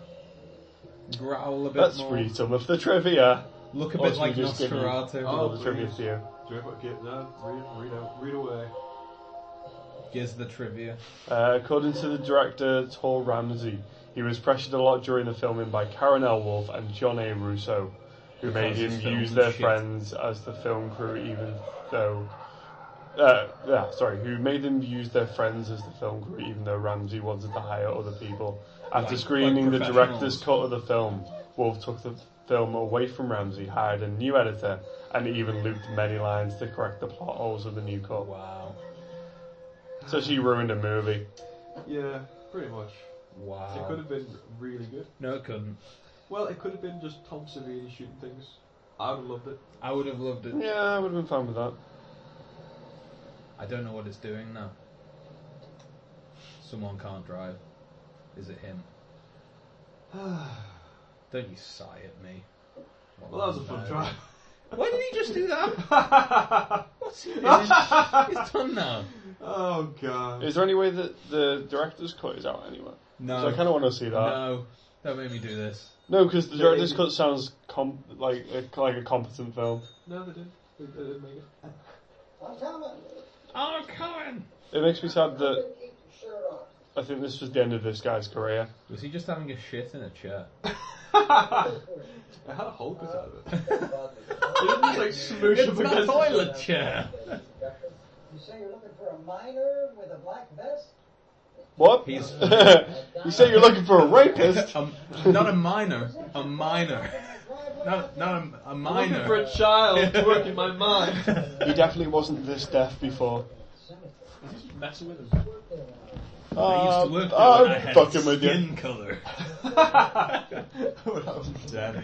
C: growl a bit
B: Let's
C: more,
B: read some of the trivia.
C: look a
B: Or
C: bit
B: should
C: like
B: we just give you-
C: Nosferatu.
A: Oh,
B: the trivia
A: please.
B: to you.
A: Do you have get no? Read, read, out- read away.
C: Here's the trivia.
B: Uh, according to the director Tor Ramsey, he was pressured a lot during the filming by Karen Elwolf and John A. Russo, who made
C: Because his
B: him
C: film
B: use
C: was
B: their
C: shit.
B: friends as the film crew, even though. Uh, yeah, sorry, who made them use their friends as the film crew, even though Ramsey wanted to hire other people. After
C: Like-
B: screening
C: like
B: the director's
C: professionals.
B: cut of the film, Wolf took the film away from Ramsey, hired a new editor, and even looped many lines to correct the plot holes of the new cut.
C: Wow,
B: So she ruined a movie.
A: Yeah, pretty much. It could
C: wow.
A: have been really good.
C: No, it couldn't.
A: Well, it could have been just Tom Savini shooting things. I would have loved it.
C: I would have loved it.
B: Yeah, I would have been fine with that.
C: I don't know what it's doing now. Someone can't drive. Is it him? Don't you sigh at me. What
A: Well, that was a
C: man.
A: fun try.
C: Why did he just do that? What's he doing? He's done now.
A: Oh god.
B: Is there any way that the director's cut is out anywhere?
C: No.
B: So I kind of want to see that.
C: No. Don't make me do this.
B: No, because the director's cut sounds com- like a, like a competent film.
A: No, they didn't. They, they didn't make it.
G: I'm coming.
C: Oh, Cohen!
B: It makes me sad that
G: Keep your shirt on.
B: I think this was the end of this guy's career.
C: Was he just having a shit in a chair?
A: It had a whole bit out of it.
G: You
A: It didn't just like smoosh up against.
C: toilet chair!
G: say you're looking for a miner with a black vest?
B: What?
C: He's-
B: you say you're looking for a rapist?
C: Um, not a minor. A minor. Not, not a, a
A: I'm looking
C: minor.
A: for a child to work in my mind.
B: He definitely wasn't this deaf before.
A: Messing with him. Uh,
C: I used to work there when I
B: Uh, I'm
C: had
B: fucking with you.
C: skin colour. Damn.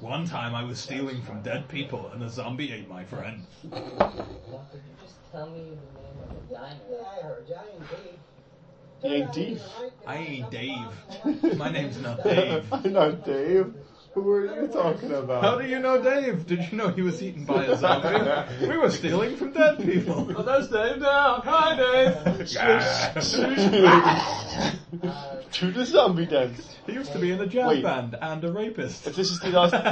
C: One time I was stealing from dead people and a zombie ate my friend.
I: Just tell me the name of the diner.
G: Yeah, I heard you. I ain't Dave.
B: He ain't Dave.
C: I ain't Dave. My name's not Dave.
B: I'm not Dave. Who are you talking about?
C: How do you know Dave? Did you know he was eaten by a zombie? we were stealing from dead
A: Oh,
C: people.
A: there's Dave now. Hi, Dave.
B: to the zombie dance.
C: He used to be in a jazz
B: Wait.
C: band and a rapist.
B: If this is 2000,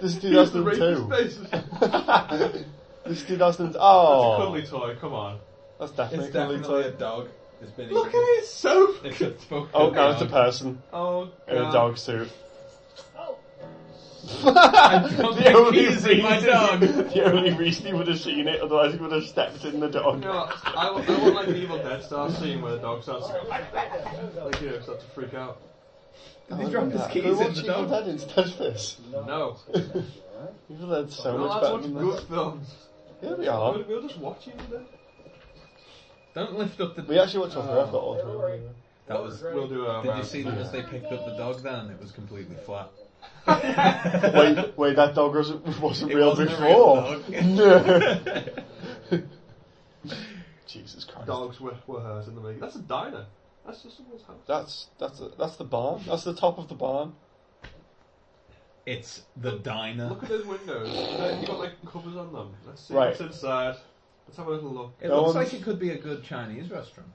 B: this is
A: He's the rapist
B: 2002.
A: faces.
B: this is 2000.
A: That's a
B: Oh,
A: cuddly toy. Come on.
B: that's definitely a cuddly toy.
C: dog. It's been
A: Look at his sofa.
C: It's a fucking
B: Oh, no, it's a
C: dog.
B: person
A: Oh god.
B: in a dog suit.
C: dropped
B: the,
C: my
B: only
C: keys in
B: reason,
C: my dog.
B: the only reason he would have seen it, otherwise he would have stepped in the dog.
A: You know what? I, want- I want like an Evil Dead style scene where the dog starts to go like you know starts to freak out.
C: Did he drop his
B: Can we
C: keys in
B: watch
C: the
B: Evil
C: dog?
B: Dead instead of this?
A: No,
B: Evil Dead's so
A: no,
B: much
A: that's watch
B: better than
A: good
B: this.
A: films.
B: Yeah, we are.
A: We'll, we'll just watch Evil Dead.
C: Don't lift up the. Uh.
B: We actually watched all three. I've got all three.
C: That was.
A: We'll do
B: uh,
A: a
C: Did you
A: round
C: see
A: for
C: that as they picked up the dog then and it was completely flat?
B: wait, wait, that dog wasn't, wasn't
C: It
B: real
C: wasn't a
B: before.
C: real
B: No. Jesus Christ.
A: Dogs were, were hurt in the making. That's a diner. That's just someone's house.
B: That's that's that's the barn. That's the top of the barn.
C: It's the diner.
A: Look at those windows. you got like covers on them. Let's see
B: Right.
A: what's inside. Let's have a little look.
C: It
B: No
C: looks
B: one's-
C: like it could be a good Chinese restaurant.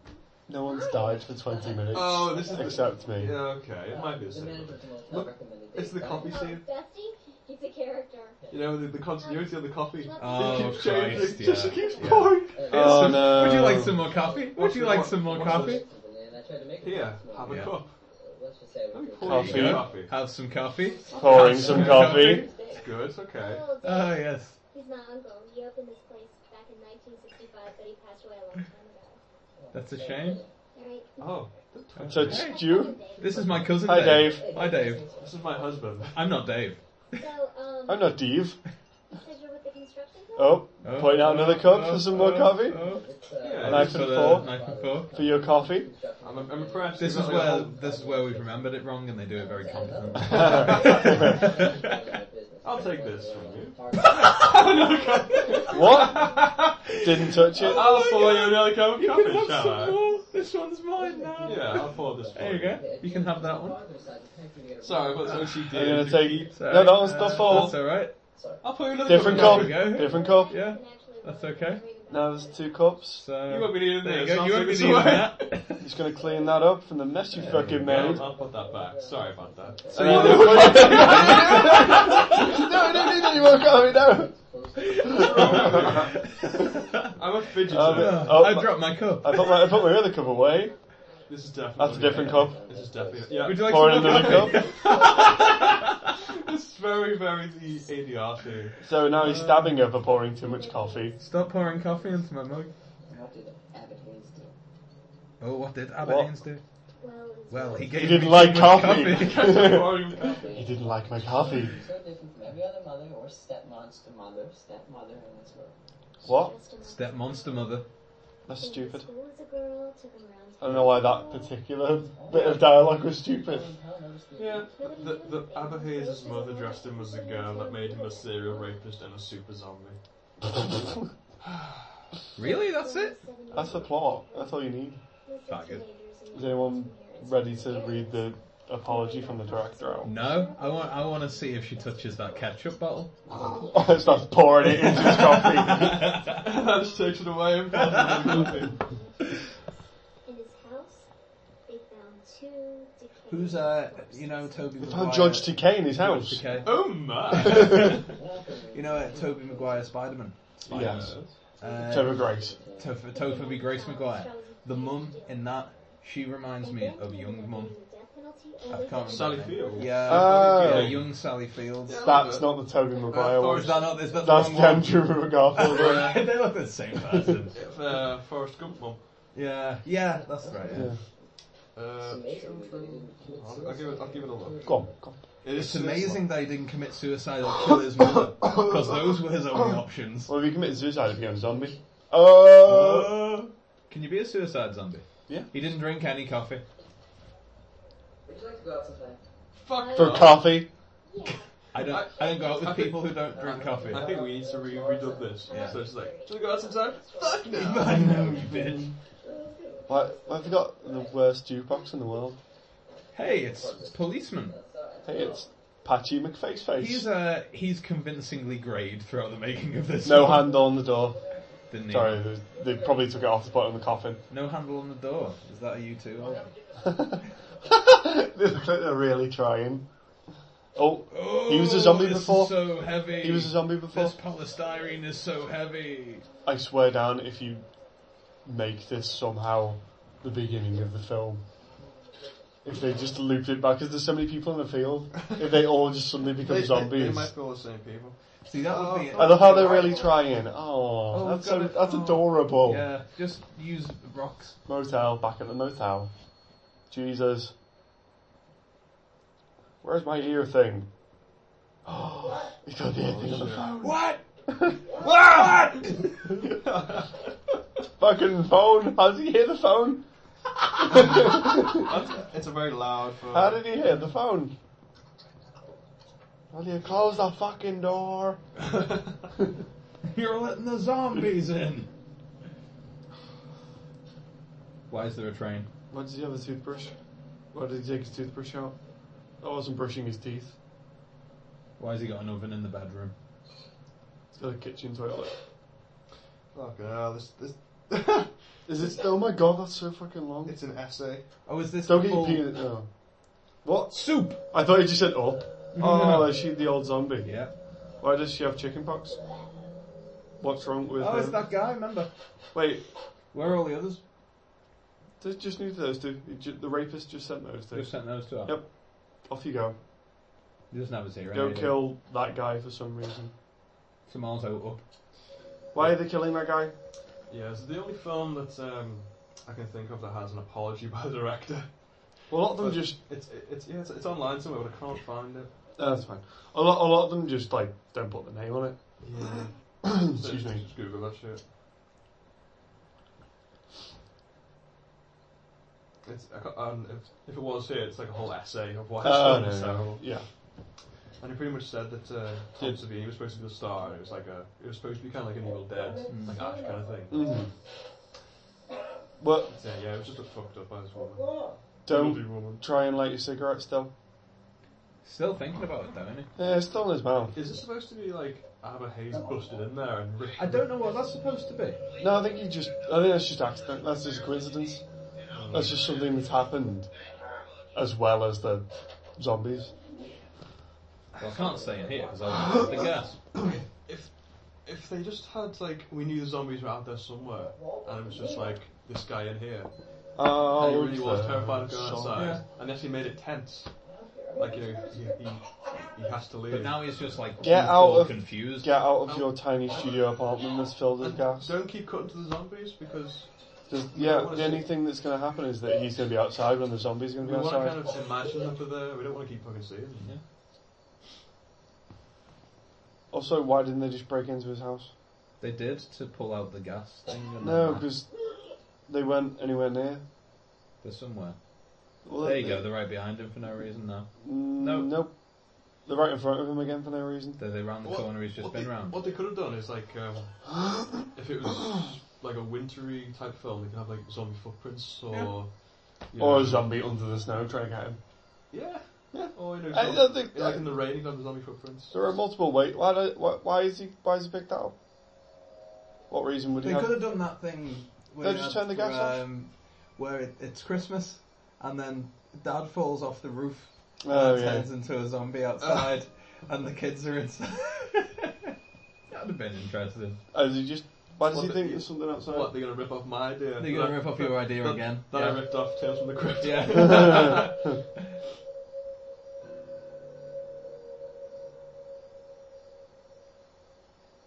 B: No one's died for twenty minutes.
A: Oh, this is the-
B: except me.
A: Yeah, okay. It might be a
I: The
A: secret.
I: manager from Motel
A: Look,
I: recommended
A: It's
I: they
A: the coffee
I: buy-
D: Oh,
A: scene.
D: Dusty? He's a character.
A: You know, the, the continuity of the coffee.
C: Oh,
A: it keeps changing.
C: Christ,
A: It just
C: yeah.
A: keeps
C: Yeah.
A: pouring.
B: Oh
C: Some-
B: no.
C: Would you like some more coffee? Would
A: What's
C: you
A: the-
C: like
A: what-
C: some more
A: what's
C: coffee?
A: this?
I: And I tried to make it
A: Here,
I: this
A: have
I: morning.
A: a
C: Yeah.
A: cup.
I: Let's just say it was
A: Let me
I: good.
A: pour you
B: Coffee.
A: some coffee.
C: Have some coffee.
B: pouring some coffee?
A: It's good, it's okay.
D: Oh, dear.
C: Oh yes.
D: He's my uncle. He opened this place back in 1965, but he passed away a long time ago.
C: That's a shame.
D: Alright.
A: Oh,
B: So
A: this
B: it's you.
C: This is my cousin.
B: Hi
C: Dave.
B: Dave.
C: Hi Dave.
A: is my husband.
C: I'm not Dave.
D: So, um,
B: I'm not Dave.
D: you said you're with the construction company?
B: Oh,
C: Oh,
B: point out another cup for some more
C: oh,
B: coffee
C: oh.
I: It's, uh,
A: Yeah,
B: Knife
C: For
B: and
C: the
B: fork.
C: knife and fork.
B: for your coffee.
A: I'm, I'm impressed.
C: This
A: You've
C: is
A: got the
C: where
A: whole-
C: this is where we've remembered it wrong, and they do it very competently.
A: I'll take this from you.
B: What? Didn't touch it.
A: I'll pour you another cup of coffee, shall I?
C: more. This one's mine now.
A: Yeah, I'll pour this for
C: There you go. You can have that one.
A: Sorry, but that's what she
B: I'm
A: did.
B: gonna take.
C: Sorry.
B: No, that one's not
C: uh, That's
B: full.
C: all right.
A: I'll pour you another
B: Different
A: cup.
B: cup.
A: of
C: There we go.
B: Different cup.
C: Yeah,
D: And actually,
C: that's
D: we're
C: okay.
D: reading about
B: Now
D: it.
B: there's two cups.
C: So
A: You won't be needing
C: there you
A: this.
C: go.
A: I'll
C: You won't
A: take
C: be
A: this
C: needing
A: away.
C: that.
B: He's gonna clean that up from the mess you fucking made.
A: I'll, I'll put that back. Sorry about that.
B: So you know No, I don't need any more coffee, no.
A: I'm a fidgeter.
B: Um,
C: Oh, I
B: my-
C: dropped my cup.
B: I put my I put my other cup away.
A: this is definitely.
B: That's a different cup.
A: This is definitely. Yeah.
C: Would you like
B: Pour in
C: some more
B: another
C: coffee?
A: This is very, very the ADR thing.
B: So now he's stabbing her for pouring too much coffee.
C: Stop pouring coffee into my mug. Oh, what did Abbott
B: What?
C: Haynes do?
D: Well, it was
C: Well, he
B: He
C: gave me
B: didn't
C: too
B: like
C: much
B: coffee.
A: Pouring
B: he didn't like my coffee.
I: So different from every other mother or stepmonster mother, stepmother in this world.
B: What?
D: just a month
C: Step monster mother.
B: That's
D: into
B: stupid.
D: School as a girl, took him around.
B: I don't know why that particular bit of dialogue was stupid.
A: Yeah. The, the Abba Hayes' mother dressed him as a girl that made him a serial rapist and a super zombie.
B: That's
C: Really? That's it?
B: the plot. That's all you need.
C: Faggot.
B: Is anyone ready to read the apology from the director out?
C: No, I want. I want to see if she touches that ketchup bottle.
B: Starts pouring it into his coffee.
A: I just takes it away and pours it in coffee.
D: In his house, they found two decayed
C: Who's uh?
D: corpses.
C: You know Toby.
B: They found Judge Decay in his house.
C: Judge Takei.
A: Oh my!
C: You know uh, Toby Maguire Spider-Man.
B: Yes.
C: Uh,
B: Trevor Grace.
C: Topher, Topher B. Grace Maguire. The mum in that, she reminds me of young mum. I can't remember.
A: Sally
C: her name.
A: Field.
C: Yeah,
B: Oh.
C: yeah, young Sally Fields.
B: That's not the Toby Maguire
C: Or
B: one.
C: is that not? Is that
B: That's
C: the
B: the
C: wrong
B: Andrew
C: one?
B: McGarfield one.
C: they look the same person.
A: If, uh, Forrest Gump one.
C: Yeah, yeah, that's right. Yeah.
B: Yeah.
A: Uh, I'll, I'll give it. I'll give it a look.
B: Go on, go on.
A: It is
C: It's amazing they didn't commit suicide or kill his mother because those were his only options.
B: Well, if he committed suicide, he became a zombie. Oh!
C: Uh, can you be a suicide zombie?
B: Yeah.
C: He didn't drink any coffee.
I: Would you like to go out sometime?
A: Fuck
B: For
A: off.
B: coffee.
D: Yeah.
C: I don't. I don't go out with
A: I think-
C: people who don't drink coffee.
A: I think we need to re- redub this.
C: Yeah.
A: So it's like, should we go out sometime? Fuck no!
C: I know you bitch.
B: Why, why have you got the worst jukebox in the world?
C: Hey, it's policeman.
B: Hey, it's Patchy McFaceface.
C: He's uh he's convincingly greyed throughout the making of this.
B: no
C: one,
B: handle on the door.
C: Didn't he?
B: Sorry, they- they probably took it off the put it on the coffin.
C: No handle on the door. Is that a you too?
B: They're really trying. Oh,
C: Oh,
B: He was a zombie
C: this is
B: before.
C: so heavy.
B: he was a zombie before.
C: This polystyrene is so heavy.
B: I swear down, if you make this somehow the beginning of the film, if they just looped it back, because there's so many people in the field, if they all just suddenly become
A: They, they,
B: zombies.
A: they might be all the same people.
C: See, that would be.
B: I love how they're really trying. Oh, that's
C: we've
B: so,
C: got it.
B: that's
C: Oh.
B: adorable.
C: Yeah, just use rocks.
B: Motel, back at the motel. Jesus. Where's my ear thing? Oh, he got the ear thing on the phone.
C: What?
B: Fucking phone! How does he hear the phone?
A: That's- it's a very loud phone.
B: How did he hear the phone? Will you close the fucking door?
C: You're letting the zombies in. Why is there a train?
B: Why does he have a toothbrush? Why did he take his toothbrush out? I wasn't brushing his teeth.
C: Why has he got an oven in the bedroom?
B: He's got a kitchen toilet.
A: Fucking hell, this, this
B: uh, Is it? Oh my god, that's so fucking long.
A: it's an essay.
C: Oh, is this
B: Don't
C: the
B: get your
C: full-
B: penis. No. What?
C: soup?
B: I thought you just said up. Oh, is she the old zombie?
C: Yeah.
B: Why does she have chicken pox? What's wrong with
C: Oh,
B: her?
C: it's that guy. Remember?
B: Wait,
C: Where are all the others?
B: they just need those two. He ju- The rapist just sent those two.
C: Just sent those to her.
B: Yep. Off you go.
C: He doesn't have his ear.
B: Go
C: anyway.
B: kill that guy for some reason.
C: Some also up.
B: Why are they killing that guy?
A: Yeah, it's the only film that um, I can think of that has an apology by the director.
B: A lot of them
A: But
B: just.
A: It's it's yeah, it's, it's online somewhere, but I can't find it.
B: Uh, that's fine. A lot, a lot of them just like don't put the name on it.
A: Yeah.
B: Excuse me.
A: Just Google that shit. It's, I can't, um, if, if it was here, it's like a whole essay of why
B: Uh,
A: it's terrible.
B: yeah.
A: And he pretty much said that uh, Tom
B: Did-
A: Savini was supposed to be the star, and it was like a, it was supposed to be kind of like an Evil Dead, like Ash kind of thing.
B: Mhm. But
A: So, yeah, it was just a fucked up ass woman.
G: Oh,
A: Bloody
B: don't
A: woman.
B: try and light your cigarette still.
C: Still thinking about it though, isn't he?
B: Yeah, it's still in his mouth.
A: Is this supposed to be like have a haze busted in there and rip?
C: I don't know what that's supposed to be.
B: No, I think he just. I think that's just accident. That's just coincidence. That's just something that's happened, as well as the zombies.
C: Well, I can't stay in here because I'll the gas.
A: If if they just had like we knew the zombies were out there somewhere, and it was just like this guy in here.
B: Oh,
A: and he really was
B: the
A: terrified of going
B: zombie.
A: outside,
C: Yeah.
A: unless he made it tense. Like you know, he, he, he has to leave.
C: But now he's just like
B: Get
C: all
B: out of-
C: confused.
B: Get out of your tiny studio apartment that's filled with
A: And
B: gas.
A: don't keep cutting to the zombies because
B: 'Cause, yeah,
A: wanna
B: the only
A: see-
B: thing that's going to happen is that he's going to be outside when the zombies going
A: we
B: to be
A: want to
B: outside.
A: kind of imagine that they're there. We don't want to keep fucking seeing them.
B: Also, why didn't they just break into his house?
C: They did to pull out the gas thing. and
B: No,
C: that.
B: because they weren't anywhere near.
C: they're somewhere.
B: Well,
C: There you
B: they-
C: go. They're right behind him for no reason now.
B: Mm,
C: No.
B: Nope. They're right in front of him again for no reason.
C: They they round the
A: What-
C: corner. He's just
A: what
C: been
A: they,
C: round.
A: What they could have done is like, um, if it was like a wintry type film, they could have like zombie footprints or. you
B: Or
A: know,
B: a zombie under the snow trying to get him.
A: Yeah.
B: Yeah.
A: Or you know,
B: I
A: zombie-
B: don't think-
A: like in the rain, you can have the zombie footprints.
B: There are multiple ways. Why, do- why, why is he? Why is he picked that up? What reason would he
C: They
B: have?
C: could have done that thing.
B: They just turn the gas off?
C: um, Where it, it's Christmas, and then Dad falls off the roof
B: Oh
C: and
B: yeah.
C: turns into a zombie outside, and the kids are inside. That'd have been interesting.
B: Oh, is he just? Why does
A: What
B: he
A: the-
B: think there's something outside?
A: What they're gonna rip off my idea?
C: They're gonna
A: That-
C: rip off your idea
A: that-
C: again.
A: That I
C: yeah.
A: ripped off Tales from the Crypt.
C: yeah.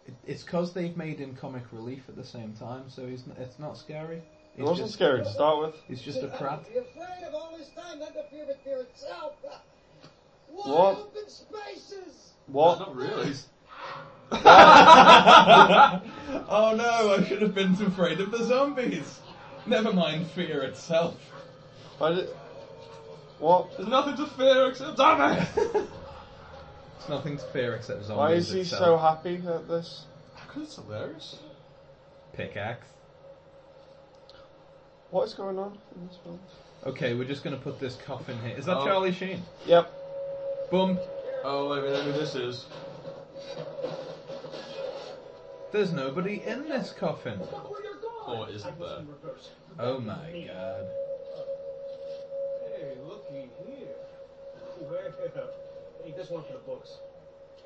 C: It- It's because they've made him comic relief at the same time, so he's n- it's not scary.
B: It
C: He's
B: wasn't
C: just,
B: scary to start with.
C: He's just a prat.
G: Be afraid of all this time, not the fear but fear itself. Wide
B: What?
G: open spaces.
B: What?
A: Not really.
C: Oh no, I should have been afraid of the zombies. Never mind fear itself.
B: Why did? What?
A: There's nothing to fear except zombies.
C: It's nothing to fear except zombies.
B: Why is he
C: itself.
B: so happy at this?
A: Because it's hilarious.
C: pickaxe?
B: What is going on in this film?
C: Okay, we're just gonna put this coffin here. Is that
A: Oh.
C: Charlie Sheen?
B: Yep.
C: Boom.
A: Oh, wait, we know who this is.
C: There's nobody in this coffin.
E: Look where you're going!
A: Or is
E: I
A: it
E: was
A: there?
E: in reverse.
C: Oh my god.
E: Hey, looky here. Well,
G: uh,
E: ain't this one for the books?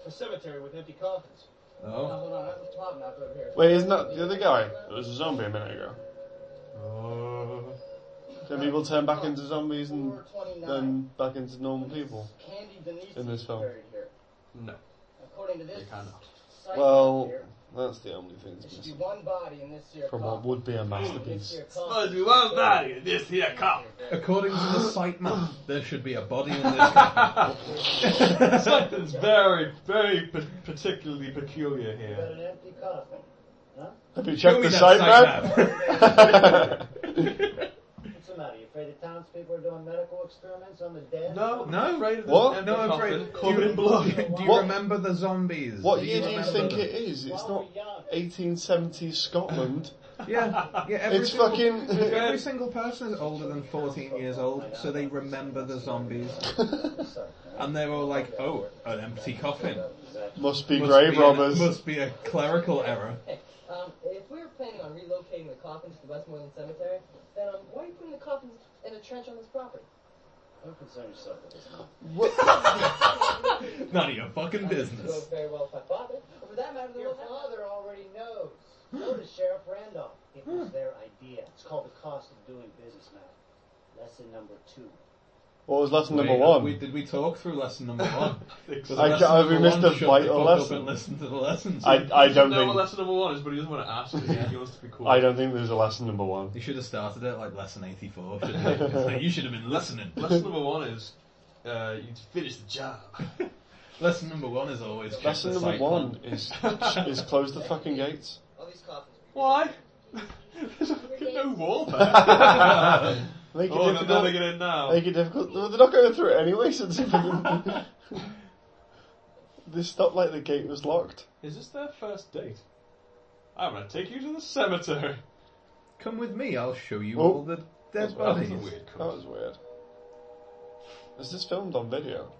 E: A cemetery with empty coffins. Now,
C: Oh.
E: hold on, I have a problem out over here.
B: Wait, isn't that the other guy? There was a zombie a minute ago.
A: Oh.
B: Then people turn back into zombies and
G: 429.
B: then back into normal people.
G: Candy Denise
B: in this
G: is
B: film.
G: buried here.
A: No.
G: According to this,
A: You cannot.
G: site
B: Well,
G: here,
B: that's the only thing
G: there
B: that's
G: should be
B: missing
G: one body in this here
B: from what
G: coffin.
B: would be a
G: This
B: masterpiece.
G: here
A: Supposed
G: coffin.
A: to be one body in this here cup.
C: According to the site map, there should be a body in this coffin.
A: Something's very, very pa- particularly peculiar
G: Got
A: here.
G: an empty coffin.
B: Have you
C: Show
B: checked
C: me
B: the
C: that
B: site
C: site
B: map?
C: map.
G: What's the matter? You afraid the townspeople are doing medical experiments on the dead?
A: No,
C: No, right. at the-
B: What?
C: No, I'm
A: Coffin,
C: right.
A: covered in blood.
C: Do you
B: What?
C: remember the zombies?
B: What
C: you
B: year do you
C: remember
B: think
C: them?
B: it is? It's
G: While
B: not
G: we're young.
B: 1870s Scotland.
C: Yeah, yeah. Every
B: It's
C: single,
B: fucking-
C: Every single person is older than 14 years old, so they remember the zombies, and they're all like, "Oh, an empty coffin."
B: Must be
C: Must
B: grave
C: an-
B: robbers.
C: must be a clerical error.
I: Okay, um, if we were planning on relocating the coffins to the Westmoreland Cemetery, then um, why are you putting the coffins in a trench on this property?
G: Don't concern yourself with this.
C: None of your fucking
I: Go
C: business.
I: very well with my father. Or for that matter, the
G: Your
I: Wilson
G: father already knows. So does Sheriff Randolph. It was their idea. It's called the cost of doing business, man. Lesson number two.
B: What was lesson number
C: Wait,
B: one?
C: We, did we talk through lesson number one? Was
B: I-
C: lesson
B: I- we
C: number
B: missed a
C: one, shut the
B: vital
C: fuck up
B: lesson.
C: and listen to the lessons.
B: I, I
A: doesn't
B: don't
A: know what
B: think
A: lesson number one is, but he doesn't want to ask. He wants to be cool.
B: I don't think there's a lesson number one.
C: you should have started it like lesson 84. Shouldn't you? It's like, you should have been listening.
A: Lesson number one is uh, you finish the job.
C: Lesson number one is always check
B: Lesson
C: the
B: number
C: site
B: one
C: plan.
B: is is close the fucking gates.
I: All these coffins.
A: Why? There's fucking no wall there.
B: Make it
A: oh, no, now
B: difficult.
A: they get in now.
B: Make it difficult. They're not going through it anyway. Since they fucking- they stopped like the gate was locked.
A: Is this their first date? I'm gonna take you to the cemetery.
C: Come with me, I'll show you
B: Oh.
C: all the dead
A: Well, that was
C: bodies.
A: a weird
B: That
A: call.
B: was weird. Is this filmed on video?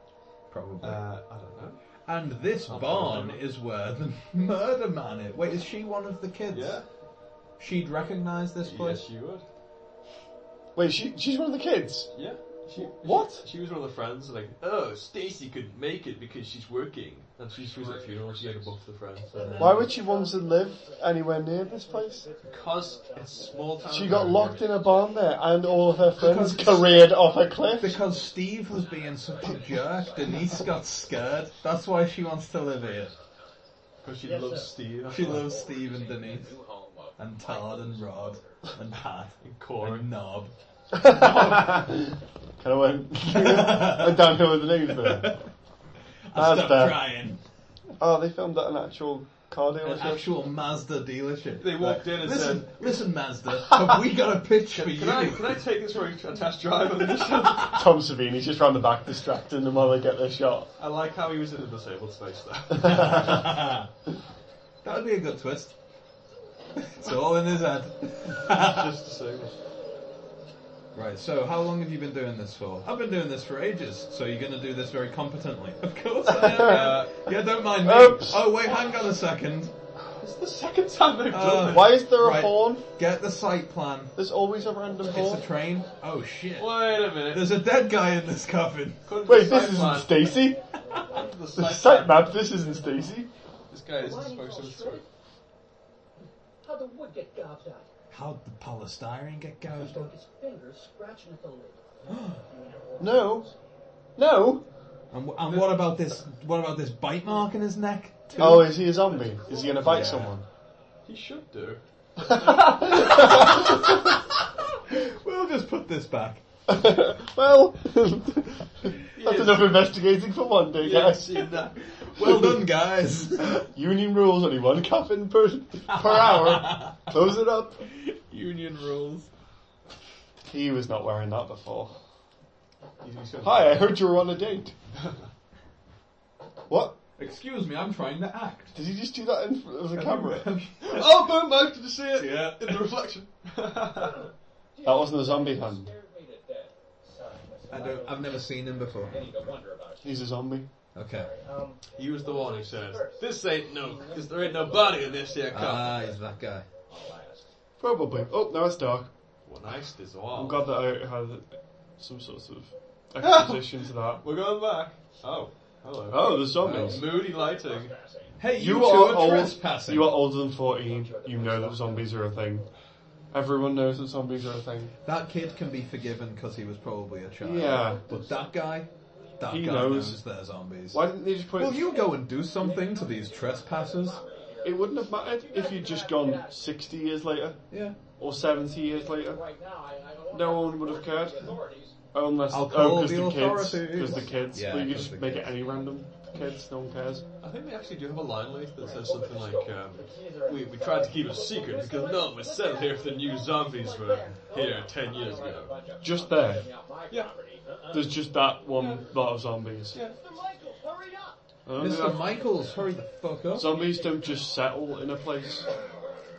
C: Probably.
A: Uh, I don't know.
C: and this
A: I'll
C: barn
A: probably-
C: is where the murder man is. Wait, is she one of the kids?
A: Yeah.
C: She'd recognise this place?
A: Yes, you would.
B: Wait, she she's one of the kids.
A: Yeah. She,
B: What?
A: She, was one of the friends, like, oh, Stacy couldn't make it because she's working. And she, she was at a funeral, she had a buff to the friends.
B: Why would she want to live anywhere near this place?
A: Because it's small town.
B: She got locked in a barn there, and all of her friends
C: Because-
B: careered off a cliff.
C: Because Steve was being such a jerk, Denise got scared. That's why she wants to live here.
A: Because she
G: Yes,
A: loves
G: sir.
A: Steve.
C: She loves Steve and Denise.
H: New home of
C: And Todd and Rod. And Pat.
A: And Corey.
C: And Knob.
B: Kind of went, went downhill with the news there.
C: I
B: Mazda.
C: stopped trying.
B: Oh, they filmed at an actual car
C: An
B: dealership.
C: actual Mazda dealership.
A: They walked in and
C: listen,
A: said-
C: "Listen, Mazda, have we got a pitch for you?"
A: Can I, can I take this for a test drive? on this?
B: Tom Savini's just round the back distracting them while they get their shot.
A: I like how he was in the disabled space there.
C: that would be a good twist. It's all in his head.
A: Just disabled.
C: right. So, how long have you been doing this for? I've been doing this for ages. So you're going to do this very competently, of course. I am, yeah. yeah, don't mind me.
B: Oops.
C: Oh wait, hang on a second.
A: It's the second time they've done
B: Why is there a
C: Oh, Right.
B: horn?
C: Get the site plan.
B: There's always a random horn.
C: It's a train. Oh shit.
A: this. Wait a minute.
C: There's a dead guy in this coffin.
A: According to
B: Wait,
A: the
B: this
A: site
B: isn't
A: plan-
B: Stacy.
A: according to the
B: The
A: site
B: site
A: plan,
B: map. This isn't Stacy.
A: This guy isn't
G: Mine
A: supposed
G: all
A: to have
G: shredded. How'd the wood get gobbed out?
C: How'd the polystyrene get gouged?
G: Stuck his fingers scratching at the lid.
B: No, no.
C: And, wh- and what about this? What about this bite mark in his neck? too?
B: Oh, is he a zombie? Is he gonna bite
C: Yeah.
B: someone?
A: He should do.
C: we'll just put this back.
B: well, that's enough investigating for one day,
A: Yeah, I've
B: guys.
A: seen that.
C: Well done, guys.
B: Union rules, only one coffin per, per hour. Close it up.
A: Union rules.
B: He was not wearing that before.
A: He's- he's got-
B: Hi, I heard you were on a date. what?
C: Excuse me, I'm trying to act.
B: Did he just do that in front of the camera? that
A: Oh, boom, boom, did you see it?
C: Yeah.
A: In the reflection.
B: wasn't a zombie hand.
H: scared me to death.
C: I don't. I've never seen him before.
H: Any to wonder about it.
B: He's a zombie.
C: Okay.
G: Um,
A: he was the one who says, this ain't no, because there ain't no body in this here
B: Uh,
A: car.
C: Ah, he's that guy.
B: Probably. Oh, now it's dark.
A: What nice this
B: I'm
A: all.
B: glad that I had some sort of exposition to that.
A: We're going back. Oh, hello.
B: Oh, there's zombies.
A: Well, moody lighting.
C: Hey,
B: You
C: you, two
B: are
C: are,
B: old.
C: trespassing.
B: You are older than 14. You know that zombies are a thing. Everyone knows that zombies are a thing.
C: That kid can be forgiven because he was probably a child.
B: Yeah.
C: But that guy, that
B: He
C: guy
B: knows.
C: knows. they're zombies.
B: Why didn't they just put
C: Will
B: it...
C: you go and do something to these trespassers?
B: It wouldn't have mattered if you'd just gone 60 years later
C: Yeah.
B: or 70 years later.
E: Right now, I, I don't want
B: No one would have cared.
H: Authorities
B: Unless
C: I'll
B: oh,
C: call
B: 'cause
C: the
B: the kids,
C: authorities.
B: because the kids,
C: Yeah,
B: Well, you
C: 'cause
B: just
C: the
B: make
C: kids.
B: it any random kids, no one cares.
A: I think they actually do have a line later that says something like, um, we, we tried to keep it a secret because none of us settled here if the new zombies were here ten years ago.
B: Just there,
A: Yeah,
B: there's just that one lot of zombies.
A: yeah.
E: Mr. Michael, hurry up!
B: Oh,
C: Mr.
B: yeah.
C: Michaels, hurry the fuck up.
B: Zombies don't just settle in a place.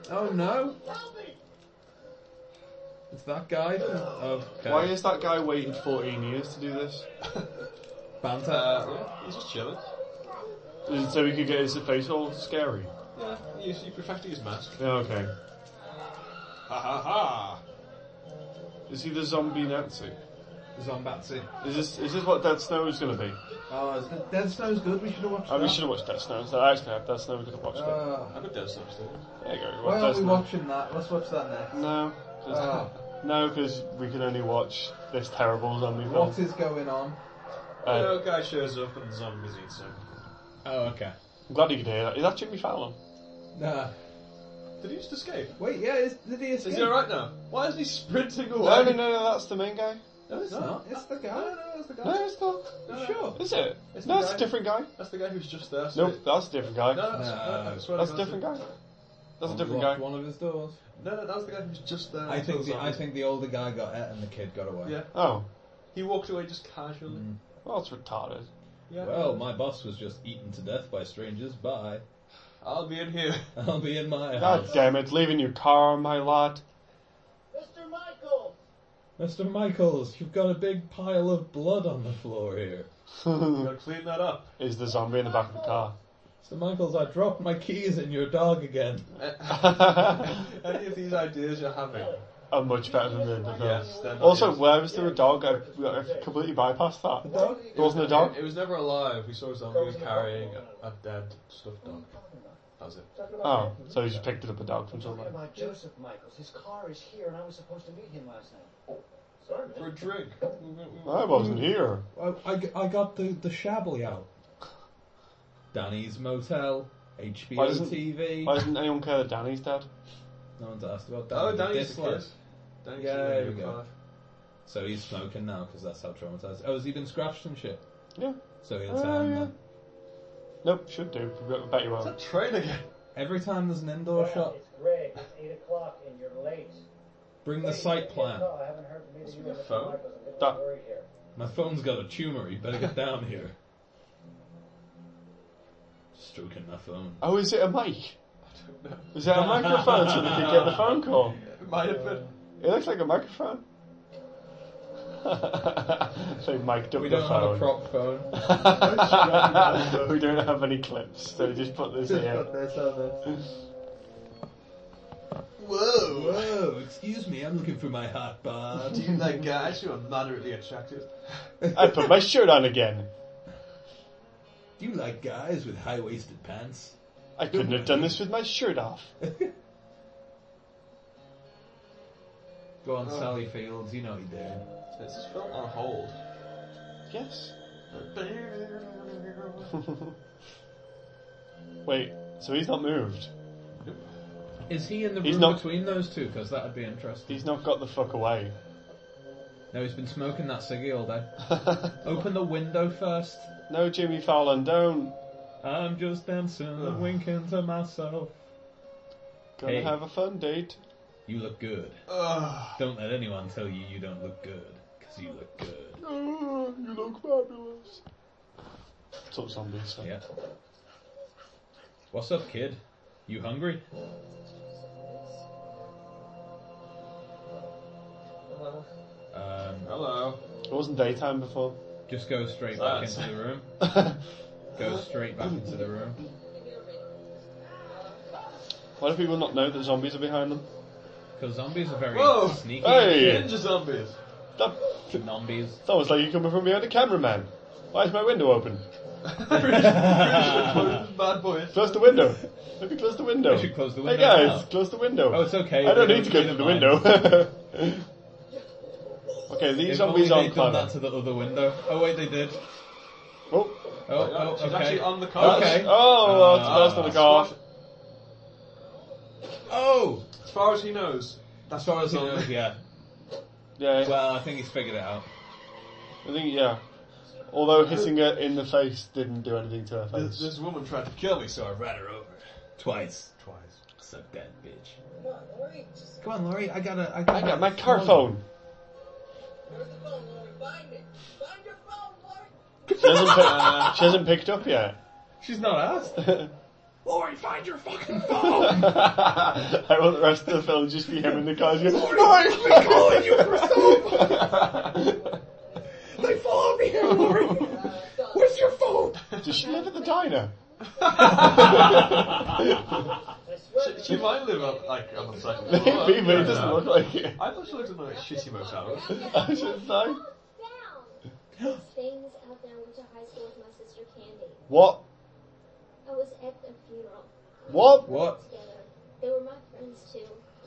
C: Oh no,
E: Help me!
C: it's that guy. from- uh, Okay.
B: Why is that guy waiting 14 years to do this?
C: banter?
A: Uh, yeah, he's just chilling.
B: Is it so he could get his face all scary?
A: Yeah, he, he perfected his mask.
B: Yeah, okay.
A: Ha ha ha!
B: Is he the zombie Nazi?
C: Zombatsy.
B: Is this is this what Dead Snow is gonna be?
C: Oh, is that, Dead Snow's good. We should have watched
B: Oh,
C: that.
B: we should have watched Dead Snow. So I actually have Dead Snow. We could have watched it.
C: Uh,
A: I'm a dead substitute.
B: There you go. we
C: why
B: watched
C: aren't
B: Dead
C: we
B: Snow.
C: watching that? Let's watch that next.
B: No, 'cause-
C: Oh.
B: no, because we can only watch this terrible zombie film.
C: What is going on?
B: Uh,
A: Little guy shows up and the zombies eat him.
C: Oh, okay.
B: I'm glad you could hear that. Is that Jimmy Fallon?
C: Nah.
A: Did he just escape?
C: Wait, yeah, is, did he escape?
A: Is he alright now? Why is he sprinting away?
B: No, no, no, no, that's the main guy.
C: No, it's
A: No.
C: not. It's the guy.
A: No, no, it's the guy.
B: No, it's not.
A: No,
C: Sure.
B: Is it?
A: It's
B: no,
A: the
B: it's a
A: guy.
B: different guy.
A: That's the guy who's just there. So
B: Nope, that's a different guy.
A: No, that's, no. no, I swear to
B: that's a
A: God,
B: different guy. That's a different
C: Unlocked
B: guy. Oh,
C: One of his doors.
A: No, no, that was the guy who's just there.
C: I
A: until
C: think the I
A: zombies-
C: think the older guy got it and the kid got away.
A: Yeah,
B: Oh,
A: he walked away just casually.
C: Mm.
B: well, it's retarded.
A: Yeah.
C: Well, my boss was just eaten to death by strangers. Bye.
A: I'll be in here.
C: I'll be in my
B: God
C: house.
B: damn it, leaving your car on my lot.
E: Mr. Michael!
C: Mr. Michaels, you've got a big pile of blood on the floor here.
A: Gotta clean that up.
B: Is the zombie in the back of the car?
C: Mr. Michaels, I dropped my keys in your dog again.
A: Any of these ideas you're having?
B: I'm much better than the end of that.
A: Yes. Then
B: Also,
A: yes.
B: where was there a dog? I, I completely bypassed that.
C: Dog?
B: There wasn't a dog?
A: It was never alive. We saw a zombie carrying a, a dead stuffed dog. That was it.
B: Oh, so he just picked it up a dog from
G: I'm
A: Oh,
G: talking
B: somewhere.
G: about Joseph Michaels. His car is here, and I was supposed to meet him last night.
E: Sorry,
A: For a drink. Oh,
B: I wasn't here.
C: I, I, I got the, the shabbly out. Danny's Motel, HBO
B: Why doesn't-
C: TV.
B: Why doesn't anyone care that Danny's dead?
C: No one's asked about Danny.
A: Oh,
C: He
A: Danny's the kid.
C: dislikes-
A: Danny's
C: Yeah,
A: the
C: there
A: kid.
C: we go. So he's smoking now because that's how traumatized. Oh, has he been scratched and shit?
B: Yeah.
C: So he'll
B: Oh,
C: turn
B: yeah.
C: then.
B: Nope, should do. I bet you
A: It's
B: won't.
A: that train again.
C: Every time there's an indoor shot,
G: It's Greg. It's 8 o'clock, and you're late.
C: bring the site plan.
G: No, I haven't heard from either
A: Must
G: you
A: be
G: or
A: a
G: Mr.
A: phone.
G: Michaels. I'm
B: That-
G: getting worried here.
C: My phone's got a tumor, you better get down here. Stroking my phone.
B: Oh, is it a mic?
A: I don't know.
B: Is that a microphone so they can get the phone call?
A: It might have been.
B: It looks like a microphone. they mic'd up
C: We
B: the
C: don't have a
B: phone.
C: prop phone.
B: we don't have any clips, so just put this here.
A: Whoa!
C: Whoa, excuse me, I'm looking for my hot bar.
A: Do you like guys who are moderately attractive?
B: I put my shirt on again.
C: Do you like guys with high waisted pants?
B: I couldn't have done this with my shirt off.
C: Go on, Sally Fields, you know you do.
A: This is film on hold.
B: Yes. Wait, so he's not moved.
C: Is he in the
B: He's
C: room
B: not-
C: between those two? Because that'd be interesting.
B: He's not got the fuck away.
C: No, he's been smoking that ciggy all day. Open the window first.
B: no, Jimmy Fallon, don't.
C: I'm just dancing and winking to myself.
B: Gonna
C: Hey.
B: have a fun date.
C: You look good.
B: Ah,
A: Ugh.
C: Don't let anyone tell you you don't look good, because you look good.
B: Oh, you look fabulous. Talk zombie stuff.
C: Yeah. What's up, kid? You hungry? Um,
A: Hello.
B: It wasn't daytime before.
C: just go straight back
A: That's-
C: into the room. Go straight back into the room.
B: Why do people not know that zombies are behind them?
C: Because zombies are very
A: Whoa!
C: sneaky.
B: Hey!
A: Ninja zombies.
B: That,
C: Zombies.
B: it's almost like you're coming from behind a cameraman. Why is my window open?
A: Bad boys.
B: Close the window. Maybe close the window.
C: We should close the
B: Hey
C: window
B: guys,
C: now.
B: close the window.
C: Oh, it's okay.
B: I don't
C: We
B: need to go
C: we
B: through the
C: mind.
B: window. okay, these
C: If only
B: zombies
C: they'd
B: aren't
C: done that
B: climbing.
C: to the other window. Oh wait, they did.
B: Oh,
C: Oh, oh
A: She's
C: okay.
A: actually on the car.
B: that's,
C: Okay.
B: oh, that's,
C: Uh,
B: that's
A: Ah,
B: not a car.
C: Oh,
A: As far as he knows. That's
C: as far as he knows, yeah.
B: Yeah.
C: Well, I think he's figured it out.
B: I think, yeah. Although hitting her in the face didn't do anything to her
A: This,
B: face.
A: this woman tried to kill me, so I ran her over.
C: Twice.
A: Twice.
C: Suck that bitch.
I: Come on, Lori, just
C: Come on, Laurie. I got a. I
B: I got my car phone.
I: where's the phone, Lori? Find it. Find your phone, Lori.
B: She hasn't,
C: Uh.
B: pi- she hasn't picked up yet.
C: She's not asked.
F: Lori, find your fucking phone!
B: I want the rest of the film just be him in the car. just-
F: Lori, calling you for They follow me here, Lori! Where's your phone?
B: Does she live at the diner?
G: I swear
A: She,
G: to
A: she
G: you,
A: might live up, like, on the second
B: Maybe,
A: floor.
B: but it
A: I don't
B: doesn't
A: know.
B: look like it.
A: I thought she lived in a shitty motel.
B: I should say.
D: down. Things out there. I went to high school with my sister Candy.
B: What?
D: I was at their funeral
B: What?
C: What?
D: together. They were my friends too.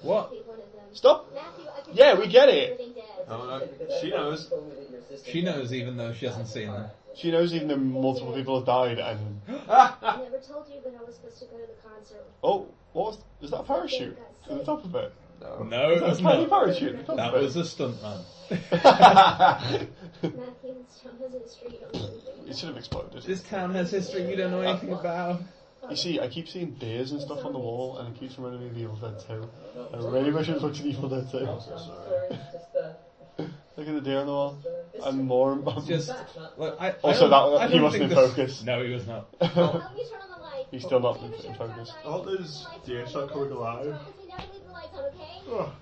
C: What?
D: Be one of them.
B: Stop.
D: Matthew, I can
B: Yeah, we get it.
D: Living dead.
A: Oh, no,
I: Because I
A: she
I: thought you
A: knows.
I: told me that your sister-
C: She knows, even though she hasn't seen them.
B: She knows even though multiple people have died and...
D: I never told you, but I was supposed to go to the concert.
B: Oh, what was... Is that a parachute? To the top of it?
C: No,
B: Is that
C: that's
B: a tiny
C: not.
B: parachute? to the top
C: That
B: of
C: was a stunt man.
B: it?
D: Matthew and Stone was in the street or something.
B: it should have exploded.
C: This town has history you don't know anything about.
B: You see, I keep seeing deers and stuff on the wall, and it keeps reminding me of Evil Dead 2. I really wish I'd looked at Evil Dead 2.
A: I'm so sorry.
I: Lori's just, uh,
B: Look at the deer on the wall.
I: this
B: I'm more embarrassed.
C: Just
I: that's not-
C: Look, I, I
B: Also,
C: don't-
B: that-
C: I
B: he
C: don't
B: wasn't
C: think
B: in
C: this-
B: focus.
C: No, he was not.
D: How can you turn on the light?
B: He's still not
D: Maybe
B: in,
D: we should
B: in
D: turn on the
B: focus.
D: lights.
A: All those deers are coming alive.
D: Because you never leave the lights on, okay?
A: Oh.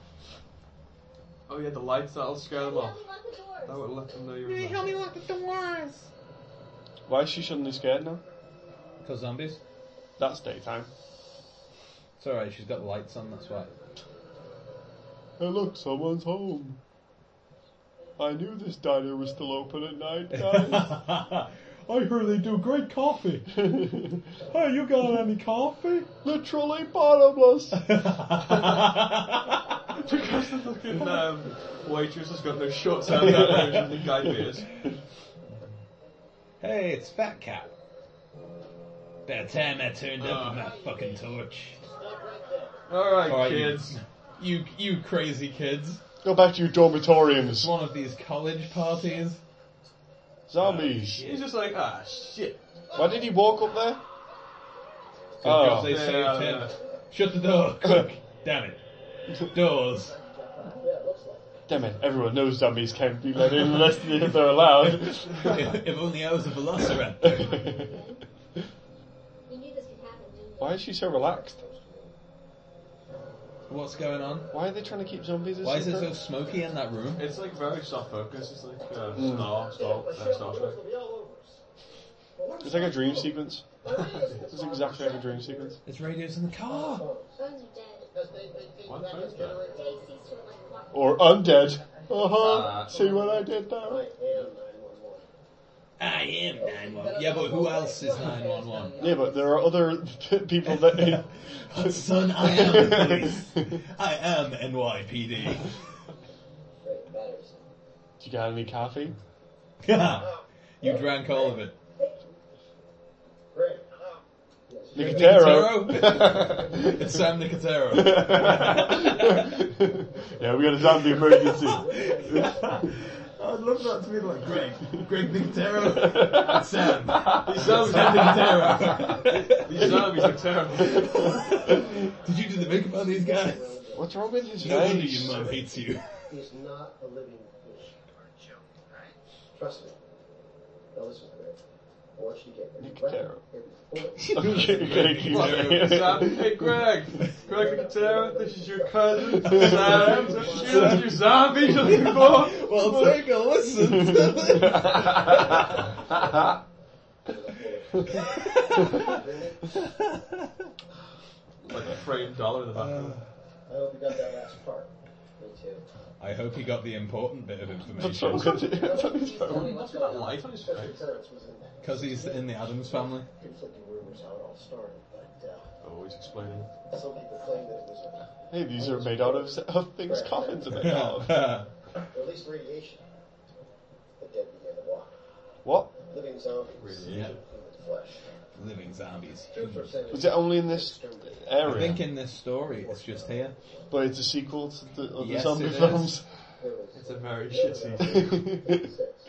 A: Oh, yeah, the lights, that'll scare them
D: You
A: off.
D: only lock the doors.
A: That would let them know you're in there.
C: lock the doors.
B: Why is she suddenly scared now?
C: Cause zombies.
B: That's daytime.
C: It's alright, she's got lights on, that's why.
B: Hey, look, someone's home. I knew this diner was still open at night, guys.
C: I heard they do great coffee. Hey, you got any coffee?
B: Literally bottomless.
A: Because the fucking um, waitress has got no shorts on that version the guy beers.
C: hey, it's Fat Cat. About time I turned
A: Ah.
C: up with my fucking torch.
G: Stop right there.
A: Alright,
C: Alright, you-
A: kids.
C: You, you crazy kids.
B: Go back to your dormitoriums.
C: One of these college parties.
B: Zombies.
A: He's just like, ah, shit.
B: Why did he walk up there?
C: Oh,
B: Oh,
C: they
A: Yeah,
C: saved
A: yeah,
C: him.
A: yeah.
C: Shut the door, quick. Damn it. Doors.
G: Yeah, it looks like. it.
B: damn it. Everyone knows zombies can't be let in unless they're allowed.
C: if, if only I was a velociraptor.
D: You knew this would happen, didn't you?
A: Oh.
B: Why is she so relaxed?
C: What's going on?
B: Why are they trying to keep zombies a
C: Why is it
B: secret?
C: so smoky in that room?
A: It's like very soft focus. It's like uh,
B: Mm.
A: Star, Star,
G: But
A: uh, Star
G: Cheryl
A: Trek.
G: Rose will be all over us.
B: It's like a dream sequence.
G: My radio's in the
B: It's
G: car.
B: exactly like a dream sequence.
C: It's radios in the car.
D: Phones are dead.
G: Because they- they think
A: What
G: that
A: phone's that?
G: is generated-
D: Dave sees to it like clockwork.
B: Or undead. Uh huh.
A: Ah.
B: See what I did
G: I
B: there?
G: am 911.
C: I am 911. Yeah, but who else is 911?
B: Yeah, but there are other people that.
C: Son, I am the police. I am NYPD.
G: Great matters.
B: you got any coffee?
C: you drank all of it.
G: Great.
B: Nicotero.
C: It's Sam Nicotero.
B: yeah, we got a zombie emergency.
C: I'd love that to be like Greg. Greg Nicotero. and Sam. Sam Nicotero.
A: These zombies are terrible.
C: Did you do the makeup on these guys?
B: What's wrong with his
C: No wonder your
B: face?
C: mum hates you.
G: He's not a living fish. Trust me. Now listen, Greg. I want you to get every
B: Nicotero.
G: weapon, every bullet,
A: Sam, hey Greg, Greg and Tara, this is your cousin Sam. Don't shoot at your zombies on the floor.
C: Well, take a listen to this.
A: Like a framed dollar in the background.
G: I hope you got that last part. Me too.
C: I hope he got the important bit of
B: What's wrong
C: information.
B: with it? It's on his phone.
A: What's got that light on his
G: Because
A: face?
G: deterrence was in that.
C: Because he's in the Adams family.
G: Conflicting rumors how it all started, but uh,
A: Oh, he's explaining.
G: some people claim that it was, uh,
B: Hey, these are made out of, of things coffins are made out of.
G: or at least radiation. The dead began to walk.
B: What?
G: Living zombies.
A: Really?
C: yeah.
G: Human flesh.
C: Living zombies.
G: Troops were sent in
B: Was it only in this
C: I
B: area?
C: think in this story, it's just here.
B: But it's a sequel to the other
C: Yes,
B: zombie
C: it is.
B: films.
G: There was
A: It's a very shitty.
G: six.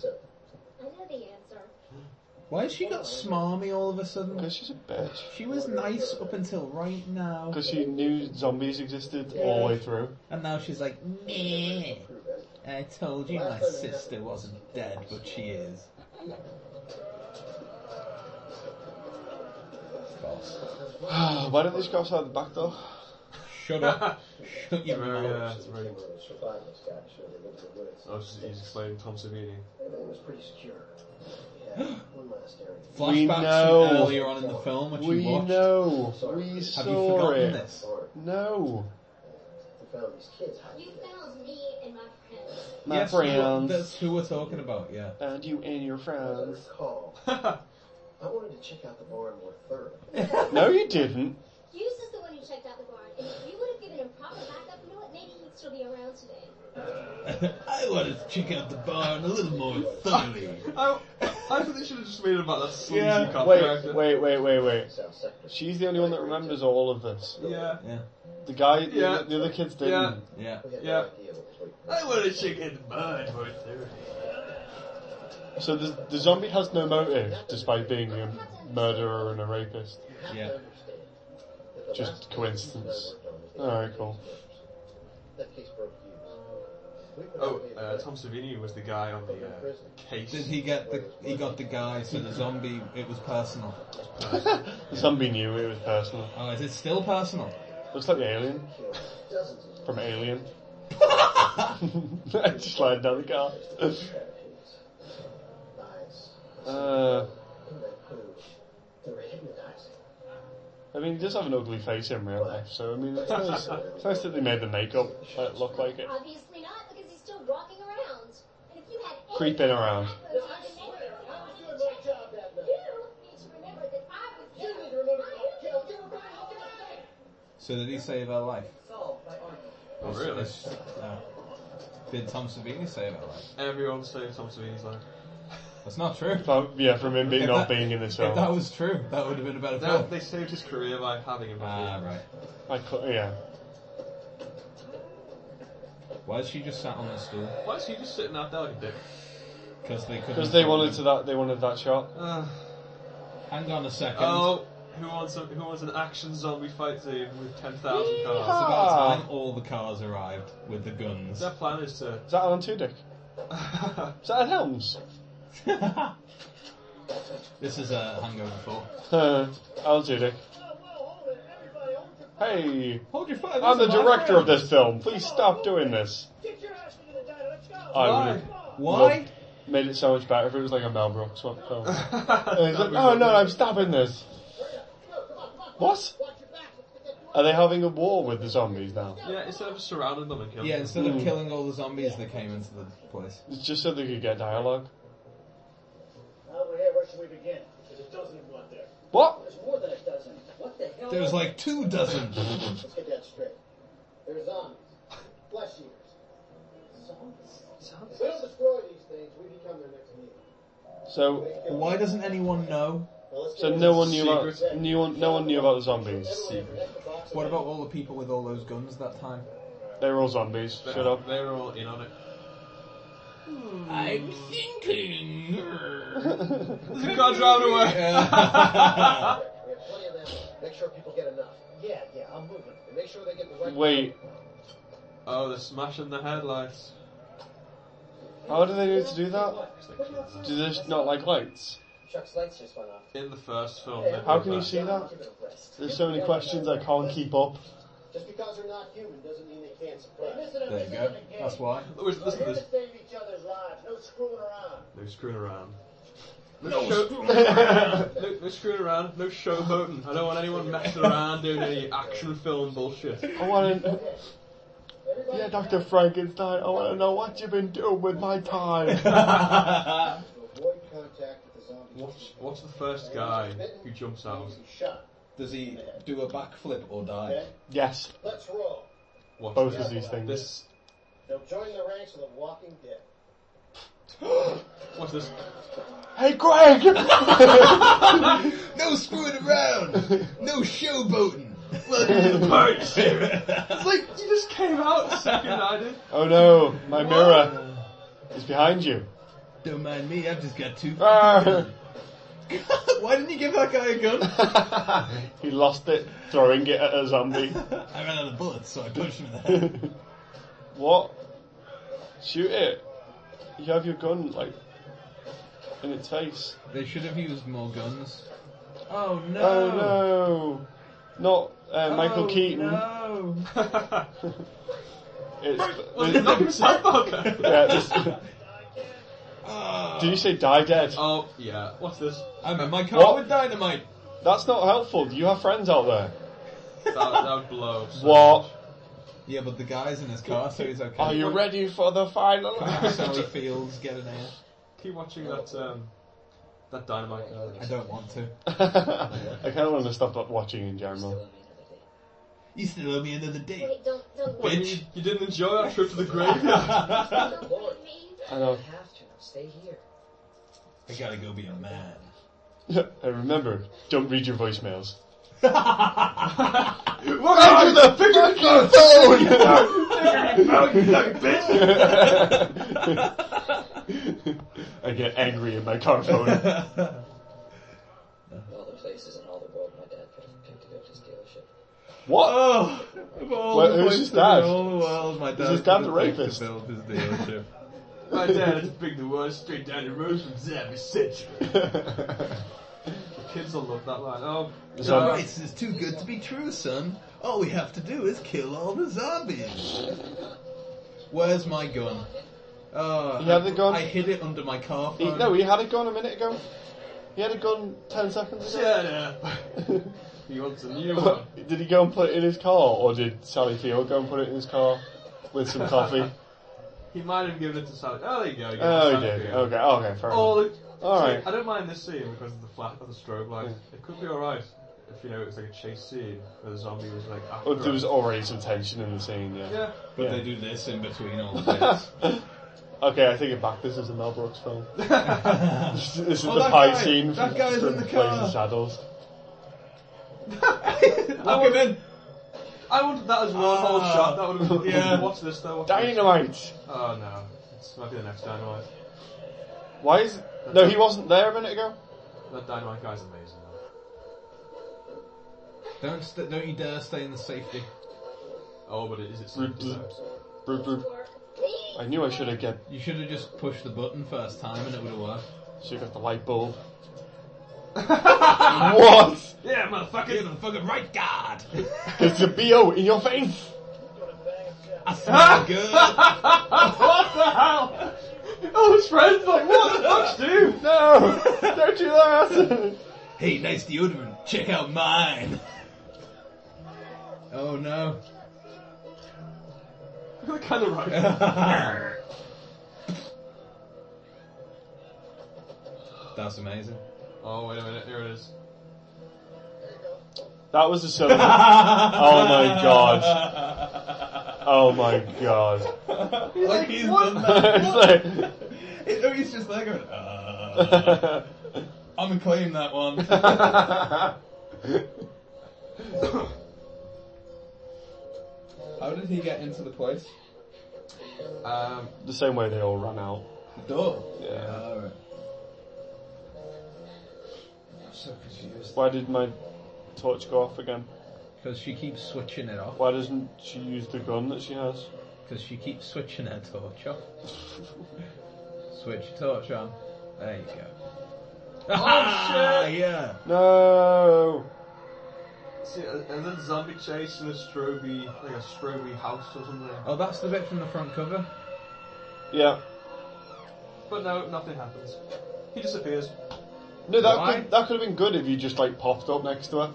G: The
C: Why has she got smarmy all of a sudden?
B: Because she's a bitch.
C: She was nice up until right now,
B: Because she knew zombies existed all the way through.
C: and now she's like, meh. I told you my sister wasn't dead, but she is. Of course.
B: Why don't these go outside the back door?
C: Shut up. Shut your
A: Very,
C: mouth.
A: uh, very, I was just he's explaining Tom Savini.
G: Everything was pretty secure. Yeah, one last area.
C: Flashbacks
B: We know.
C: from earlier on in the film, which
B: We
C: you watched.
B: know. We
C: Have
B: saw
C: you forgotten
B: it.
C: this?
G: Or
B: No.
G: we found these kids hiding
D: You
G: there.
D: found me and my friends.
B: My
C: yes,
B: friends.
C: that's who we're talking about. Yeah.
B: And you and your
G: I
B: friends.
G: recall. I wanted to check out the barn more thoroughly.
B: No, you didn't.
D: Hughes is the one who checked out the barn, and if you would have given him proper backup, you know what? Maybe he'd still be around today.
C: I want to check out the barn a little more thoroughly.
A: I, Oh, I think they should have just made it about that sleazy cop
B: Wait,
A: character.
B: wait, wait, wait, wait.
G: South Sector.
B: She's the only one that remembers all of this.
A: Yeah.
C: Yeah.
B: The guy, the,
A: Yeah.
B: the other kids didn't.
A: Yeah.
C: Yeah.
G: We had
A: Yeah.
G: no idea what was waiting for us.
A: I want to check in the barn for it there.
B: So the, the zombie has no motive, despite being a murderer and a rapist.
C: Yeah.
G: Understand that the
B: Just
G: last
B: coincidence.
G: case I worked on was the
B: Alright, cool.
G: That case broke Hughes. We put
A: Oh,
G: everybody in
A: uh,
G: bed.
A: Tom Savini was the guy on the uh, case.
C: Did he get the? He got the guy. So the zombie. It was personal.
B: The zombie knew it was personal.
C: Oh, is it still personal?
B: Looks like the alien
G: Killed dozens of
B: from Alien. I just slide down the car.
G: tragedies. Lies.
B: Uh,
G: In that clue, they were hypnotizing.
B: I mean, he does have an ugly face in real life, so I mean, it's nice. It's nice that they made the makeup like, look like it.
D: Obviously not, because he's still walking around. And if you had any
B: Creeping around.
D: You need to remember that I was
C: So did he save her life?
I: Solved by argument.
A: Oh, really?
C: Is- is- no. uh, Did Tom Savini save her life?
A: Everyone saved Tom Savini's life.
C: That's not true.
B: From- yeah, from him being,
C: If
B: not
C: that-
B: being in this
C: If that
B: film.
C: was true, that would have been a better
A: No,
C: film.
A: they saved his career by having him.
C: Ah, right.
B: I cou- yeah.
C: Why is she just sat on the stool?
A: Why is he just sitting out there like a dick?
C: Because they couldn't.
B: Because they wanted to that, they wanted that shot.
A: Uh,
C: Hang on a second.
A: oh, who wants a, who wants an action zombie fight team with ten thousand
C: It's
A: cars?
C: about
B: Ah.
C: time all the cars arrived with the guns.
A: Their plan is to.
B: Is that Alan Tudyk? Is that Ed Helms?
C: this is a Hangover 4.
B: Uh, Alan Tudyk.
E: Oh, whoa, hold it. Everybody, hold your
B: Hey,
C: Hold your fire.
B: I'm the director of this film. Please stop doing this.
E: Get your ass into the diner. Let's go.
B: I
A: Why?
B: would've-
C: Why?
B: Made it so much better if it was like a Mel Brooks one film. And he's like,
A: That'd be
B: oh no,
A: lovely.
B: I'm stopping this. What? Are they having a war with the zombies now?
A: Yeah, instead of surrounding them and killing
C: Yeah,
A: them.
C: instead
B: Hmm.
C: of killing all the zombies that came into the place.
B: It's just so they could get dialogue.
G: Now we're here, where should we begin?
E: There's a dozen of them out there.
B: What?
G: There's more than a dozen. What the hell?
C: There was like two dozen.
G: Let's get that straight. They're zombies. Flesh eaters. Zombies? If we don't destroy these things, we become their next meal.
B: So,
C: Why doesn't anyone know?
G: Now let's
B: so
G: get
B: no
G: in.
B: one knew about
G: Secret.
B: no one, no one knew about the zombies.
G: Everyone protect the box.
C: What about all the people with all those guns that time?
B: They were all zombies.
A: They-
B: Shut up.
A: They're all in on it.
F: I'm thinking.
A: The car driving away.
C: Yeah.
G: We have plenty of ammo. Make sure people get enough. Yeah, yeah, I'm moving. And make sure they get the right.
B: Wait,
A: Oh, they're smashing the headlights.
B: how do they know to do that? Do they just not like lights?
G: Chuck's lights just went off.
A: In the first film, they
B: Oh, How
A: did
B: can you
A: that.
B: see that?
G: Give it a rest.
B: There's so many questions I can't keep up.
G: Just because they're not human doesn't mean they can't
E: Hey,
G: surprise.
E: listen up.
C: There
E: This
C: you go.
E: isn't a game.
C: That's why.
A: Look, listen, listen to
E: We're here
A: this.
E: to save each other's lives. No screwing around.
A: No screwing around.
F: No
A: show-
F: screw-
A: no, no screwing around. No showboating. I don't want anyone messing around doing any action film bullshit.
B: I want to. Yeah, Dr. Frankenstein, I want to know what you've been doing with my time.
G: Avoid contact with the zombies.
A: Watch, watch the first guy who jumps out.
G: Shot.
C: Does he do a backflip or die?
B: yes,
G: Let's roll.
A: Watch
B: both
A: this.
B: of these things.
A: This.
G: They'll join the ranks of the Walking Dead.
A: Watch this.
B: Hey, Greg!
C: No screwing around. No showboating.
A: It's like you just came out second I did.
B: oh no, my mirror is behind you.
C: Don't mind me. I've just got two.
B: Ah.
C: Why didn't you give that guy a gun?
B: he lost it throwing it at a zombie.
C: I ran out of bullets, so I punched him in the head.
B: what? Shoot it. You have your gun, like, in its face.
C: they should have used more guns. Oh no!
B: Oh no! Not uh, Michael
C: Oh,
B: Keaton.
C: No.
B: It's,
A: Well, he knocked himself out.
B: yeah, this-
C: Ah,
B: did you say die dead?
A: Oh, yeah. What's this?
C: I'm in my car
B: What?
C: with dynamite.
B: That's not helpful. Do you have friends out there?
A: That, that would blow. So
B: What?
A: much.
C: Yeah, but the guy's in his car, so he's okay.
B: Are you ready for the final?
C: Perhaps Sally Fields get an air.
A: Keep watching that, um, that dynamite
C: I
A: guy.
C: don't want to.
B: I kind of want to stop watching in general.
C: You still owe me another date.
D: Wait, don't, don't.
A: Wait,
C: Bitch.
A: you, you didn't enjoy our trip to the graveyard?
D: Don't leave me.
B: I
G: Oh.
B: know.
I: have to. Now stay here.
C: I gotta go be a man.
B: And remember, don't read your voicemails.
A: We're going to the
B: I get angry in my car phone.
G: Of all the places in all the world, my dad could have picked to go to his dealership.
B: What?
C: Oh, of all
B: Well,
C: the
B: who's
C: places
B: his dad?
C: in all the world, my dad
B: his dad
C: could've
B: the
C: picked to
B: rapist?
C: build his dealership.
A: My dad had to pick the words straight down the road from Zabby Central. Kids will love that line. Oh,
B: Zombie.
A: God.
C: Christ is too good to be true, son. All we have to do is kill all the zombies. Where's my gun? Oh,
B: You have the gun?
C: I hid it under my car
B: He-
C: phone.
B: no, he had a gun a minute ago. He had a gun ten seconds ago.
A: shut up. He wants a new one.
B: did he go and put it in his car, or did Sally Field go and put it in his car with some coffee?
A: He might have given it to Sally. Oh, there you go. you got
B: oh,
A: Sally
B: he did.
A: Field.
B: Okay, okay, fair
A: Oh,
B: enough.
A: look.
B: All
A: See,
B: right.
A: I don't mind this scene because of the flat of the strobe light. It could be alright if you know it was like a chase scene where the zombie was like after.
B: Well, Oh, there was
A: us.
B: already some tension in the scene, yeah.
A: yeah.
C: But
B: Yeah.
C: they do this in between all the days.
B: Okay, I take it back. This is a Mel Brooks film. this is
C: Oh,
B: the
C: that
B: pie
C: guy-
B: scene
C: that
B: from,
C: guy's
B: from
C: in the
B: Blazing
C: car.
B: Saddles.
C: Lock him in.
A: I wanted that as one whole
C: Ah.
A: shot. That would have been.
C: Yeah.
A: Watch this though. watch this.
B: Dynamite!
A: Oh no. This might be the next dynamite.
B: Why is... No, he wasn't there a minute ago.
A: That dynamite guy's amazing. Though.
C: Don't st- don't you dare stay in the safety.
A: Oh, but it is it
B: Root,
A: safety though.
B: Broop, broop. I knew I should have get
C: You should have just pushed the button first time and it would have worked.
B: should have got the light bulb. what?
A: Yeah, motherfucker.
C: Give the fucking right guard.
B: There's a BO in your face.
C: I smell good.
A: what the hell? Oh, his friends like what the fuck's dude?
B: No, don't do that.
C: Hey, nice deodorant. Check out mine. Oh no.
A: kind of right.
C: That's amazing.
A: Oh wait a minute, here it is.
B: that was the sub. oh my god. Oh my god.
C: Like, he's done
B: It's like-
C: It- no, he's just there going, uh, I'm gonna claim that one. How did he get into the place?
A: Um,
B: the same way they all ran out.
C: The door.
B: Yeah.
C: Alright. I'm so confused.
B: Why did my torch go off again?
C: Because she keeps switching it off.
B: Why doesn't she use the gun that she has?
C: Because she keeps switching her torch off. Switch your torch on. There you go. Oh shit! Yeah.
B: No.
A: see, and and then zombie chase in a stroby, like a stroby house or something.
C: Oh, that's the bit from the front cover.
B: Yeah.
A: But no, nothing happens. He disappears.
B: No, that
C: Why?
B: could, that could have been good if you just like popped up next to her.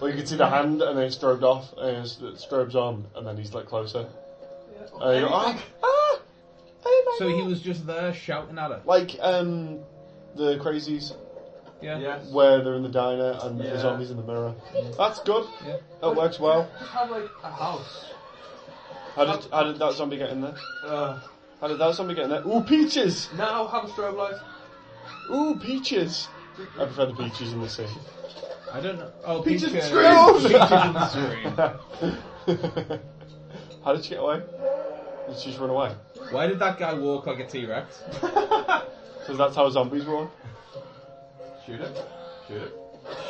B: Well, you could see the
C: Hmm.
B: hand and then it strobed off, and it's, it strobes on, and then he's like closer. And you go, "Ah, ah, oh my
C: So
B: God."
C: he was just there shouting at her.
B: like um the crazies
C: Yeah.
A: Yes.
B: where they're in the diner and
A: Yeah.
B: the zombies in the mirror. That's good.
C: Hmm. Yeah.
B: That works well.
A: Just have like a house.
B: How did how did that zombie get in there?
A: Uh,
B: How did that zombie get in there? Ooh, peaches!
A: now have a strobe light.
B: Ooh, peaches! I prefer the peaches in the sea.
C: I don't know. Oh,
B: Peaches
C: Peter.
B: Grove!
C: Peaches on the screen.
B: How did she get away? Did she just run away?
C: Why did that guy walk like a T Rex?
B: Because that's how zombies run.
A: Shoot it. Shoot it.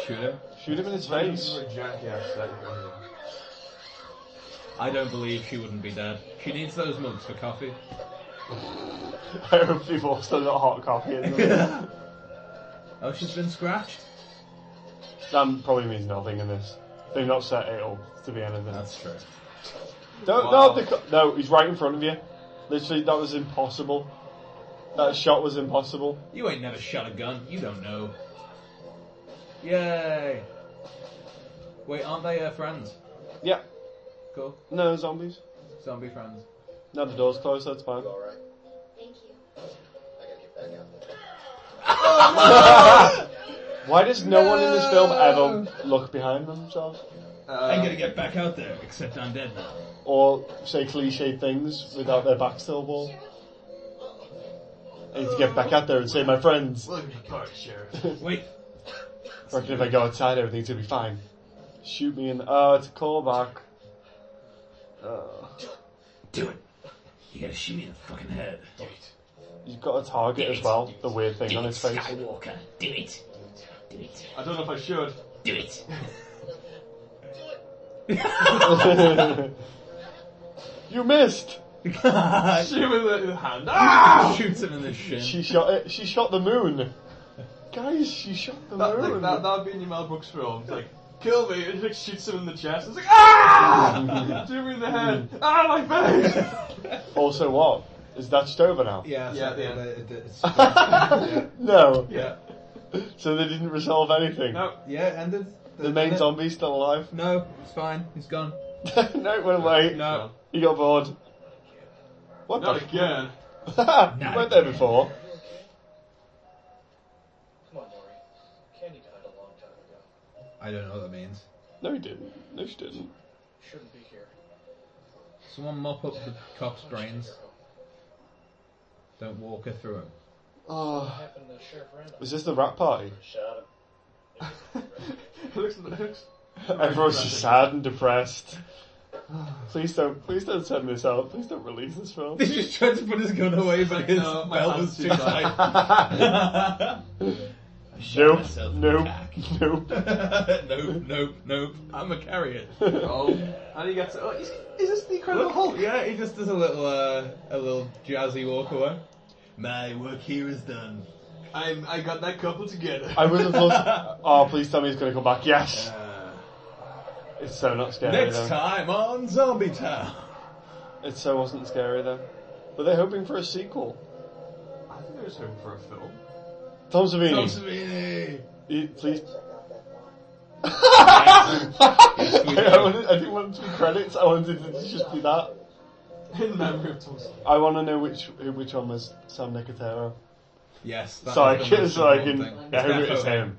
C: Shoot him.
B: Shoot him in his
A: You're
B: face.
A: a jackass, that you are.
C: I don't believe she wouldn't be dead. She needs those mugs for coffee.
B: I hope they've also got hot coffee in them.
C: Oh, she's been scratched.
B: that probably means nothing in this. They've not set it up to be anything.
C: That's true.
B: Don't,
A: Wow.
B: no, the, co- no, he's right in front of you. Literally, that was impossible. That shot was impossible.
C: You ain't never shot a gun. You don't know. Yay! Wait, aren't they uh, friends?
B: Yeah,
C: Cool.
B: no zombies.
C: Zombie friends.
B: No, the door's closed, that's fine.
G: You alright?
D: Thank you.
G: I gotta get back out there.
B: Why does no, one in this film ever look behind themselves?
C: I'm
B: Um,
C: gonna get back out there, except I'm dead now.
B: Or say cliche things without their backs to the wall? I need to get back out there and save my friends.
A: Look at me, card, Sheriff.
C: Wait.
B: Reckon if I go outside, everything's gonna be fine. Shoot me in the. Oh, it's a callback. Uh,
C: Do it. You gotta shoot me in the fucking head. Do it.
B: he's got a target as well, the weird thing on his face.
C: Skywalker. Do it. Do it.
A: I don't know if I should.
C: Do it.
B: you missed!
A: Shoot him in the, in the hand. Ah!
C: Shoots him in the shin.
B: She shot it. She shot the moon. Guys, she shot the
A: That,
B: moon.
A: like, that, that would be in your Mel Brooks film. It's like, kill me, and he like, shoots him in the chest. It's like, ah! Shoot me in the head. Ah, my face!
B: Also, what is that over now?
C: yeah,
A: Yeah,
C: so-
A: yeah.
C: it- it- it's-
B: No.
A: yeah.
B: So they didn't resolve anything.
A: No.
C: yeah, ended.
B: The main zombie's still alive.
C: No, it's fine. He's gone.
B: no, it went away.
C: No.
B: He got bored. What
A: Not
B: the?
A: again.
B: F-
C: No.
B: Went there before.
E: Come on, Maury. Candy died a long time ago.
C: I don't know what that means.
B: No, he didn't. No, she didn't.
E: Shouldn't be here.
C: Someone mop up the cop's brains. Don't walk her through him.
B: Oh,
E: Happened to Sheriff Randall.
B: was this the rat party?
G: Shot him.
A: It looks, it looks.
B: Everyone's just sad and depressed. Please don't, please don't send this out. Please don't release this film.
C: He just tried to put his gun away, but his
A: No, my
C: belt
A: hand's
C: was too
A: too
C: tight.
B: Nope,
C: myself in the
B: nope,
C: back.
B: nope.
C: nope, nope, nope. I'm a carrier.
A: Oh, and he gets. Oh, is, is this the Incredible Hulk?
C: yeah, he just does a little, uh, a little jazzy walk away. My work here is done.
A: I'm, I got that couple together.
B: I would have loved. Oh, please tell me he's going to come back. Yes.
C: Uh,
B: It's so not scary
C: next
B: though.
C: time on Zombie Town.
B: It so wasn't scary though. Were they hoping for a sequel?
A: I think I was hoping for a film.
B: Tom Savini,
C: Tom Savini.
B: you- please.
G: Check out that line.
B: I, wanted, I didn't want it to be credits. I wanted it to just be that.
A: In memory of Tom Savini.
B: I want to know which who- which one was Sam Nicotero.
C: Yes. that
B: So I
C: is the
B: can,
C: most
B: so I can.
C: important thing.
B: Yeah, I hope it was
C: definitely
B: him.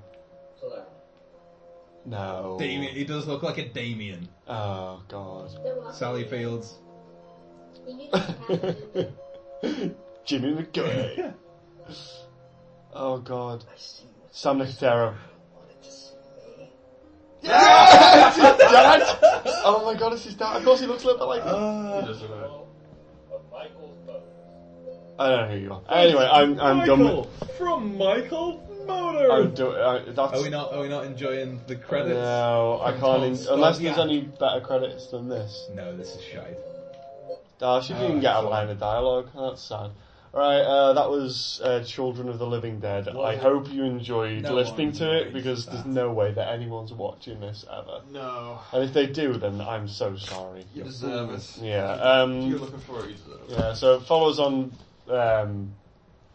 B: No.
C: Damien. He does look like a Damien.
B: Oh God.
D: They're welcome.
C: Sally Fields.
D: You knew that would happen.
B: Jimmy McGuire. oh God. Sam Nicotero. Yes! It's his dad! Oh my god, it's his dad. Of course he looks a little bit like
A: He
B: him.
C: Uh,
A: does look like that.
G: Of Michael's boat.
B: I don't know who you are. Anyway, I'm, I'm done with...
C: from Michael Motor.
B: I'm do- I, that's,
C: Are we not? Are we not enjoying the credits?
B: No, I
C: from
B: can't...
C: Tom
B: In- unless there's
C: Stoppard?
B: any better credits than this.
C: No, this is shite.
B: Uh, she didn't
C: Oh,
B: even get a
C: sorry.
B: line of dialogue. That's sad. Alright, uh, that was uh, Children of the Living Dead. I
C: Well,
B: hope you enjoyed
C: no
B: listening
C: one
B: to it
C: enjoys
B: because there's
C: that.
B: no way that anyone's watching this ever.
A: No.
B: And if they do, then I'm so sorry.
A: You deserve it.
B: Yeah.
A: If you're
B: Um,
A: looking for it, you deserve it.
B: yeah. So follow us on um,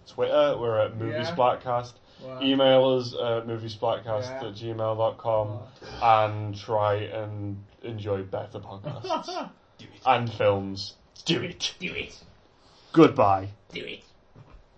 B: Twitter. We're at Movie
C: Yeah.
B: Splatcast.
C: Wow.
B: Email us at moviesplatcast
C: Yeah.
B: at gmail.com and try and enjoy better podcasts
A: Do it.
B: and films. Do it.
F: Do it.
B: Goodbye.
F: Do it.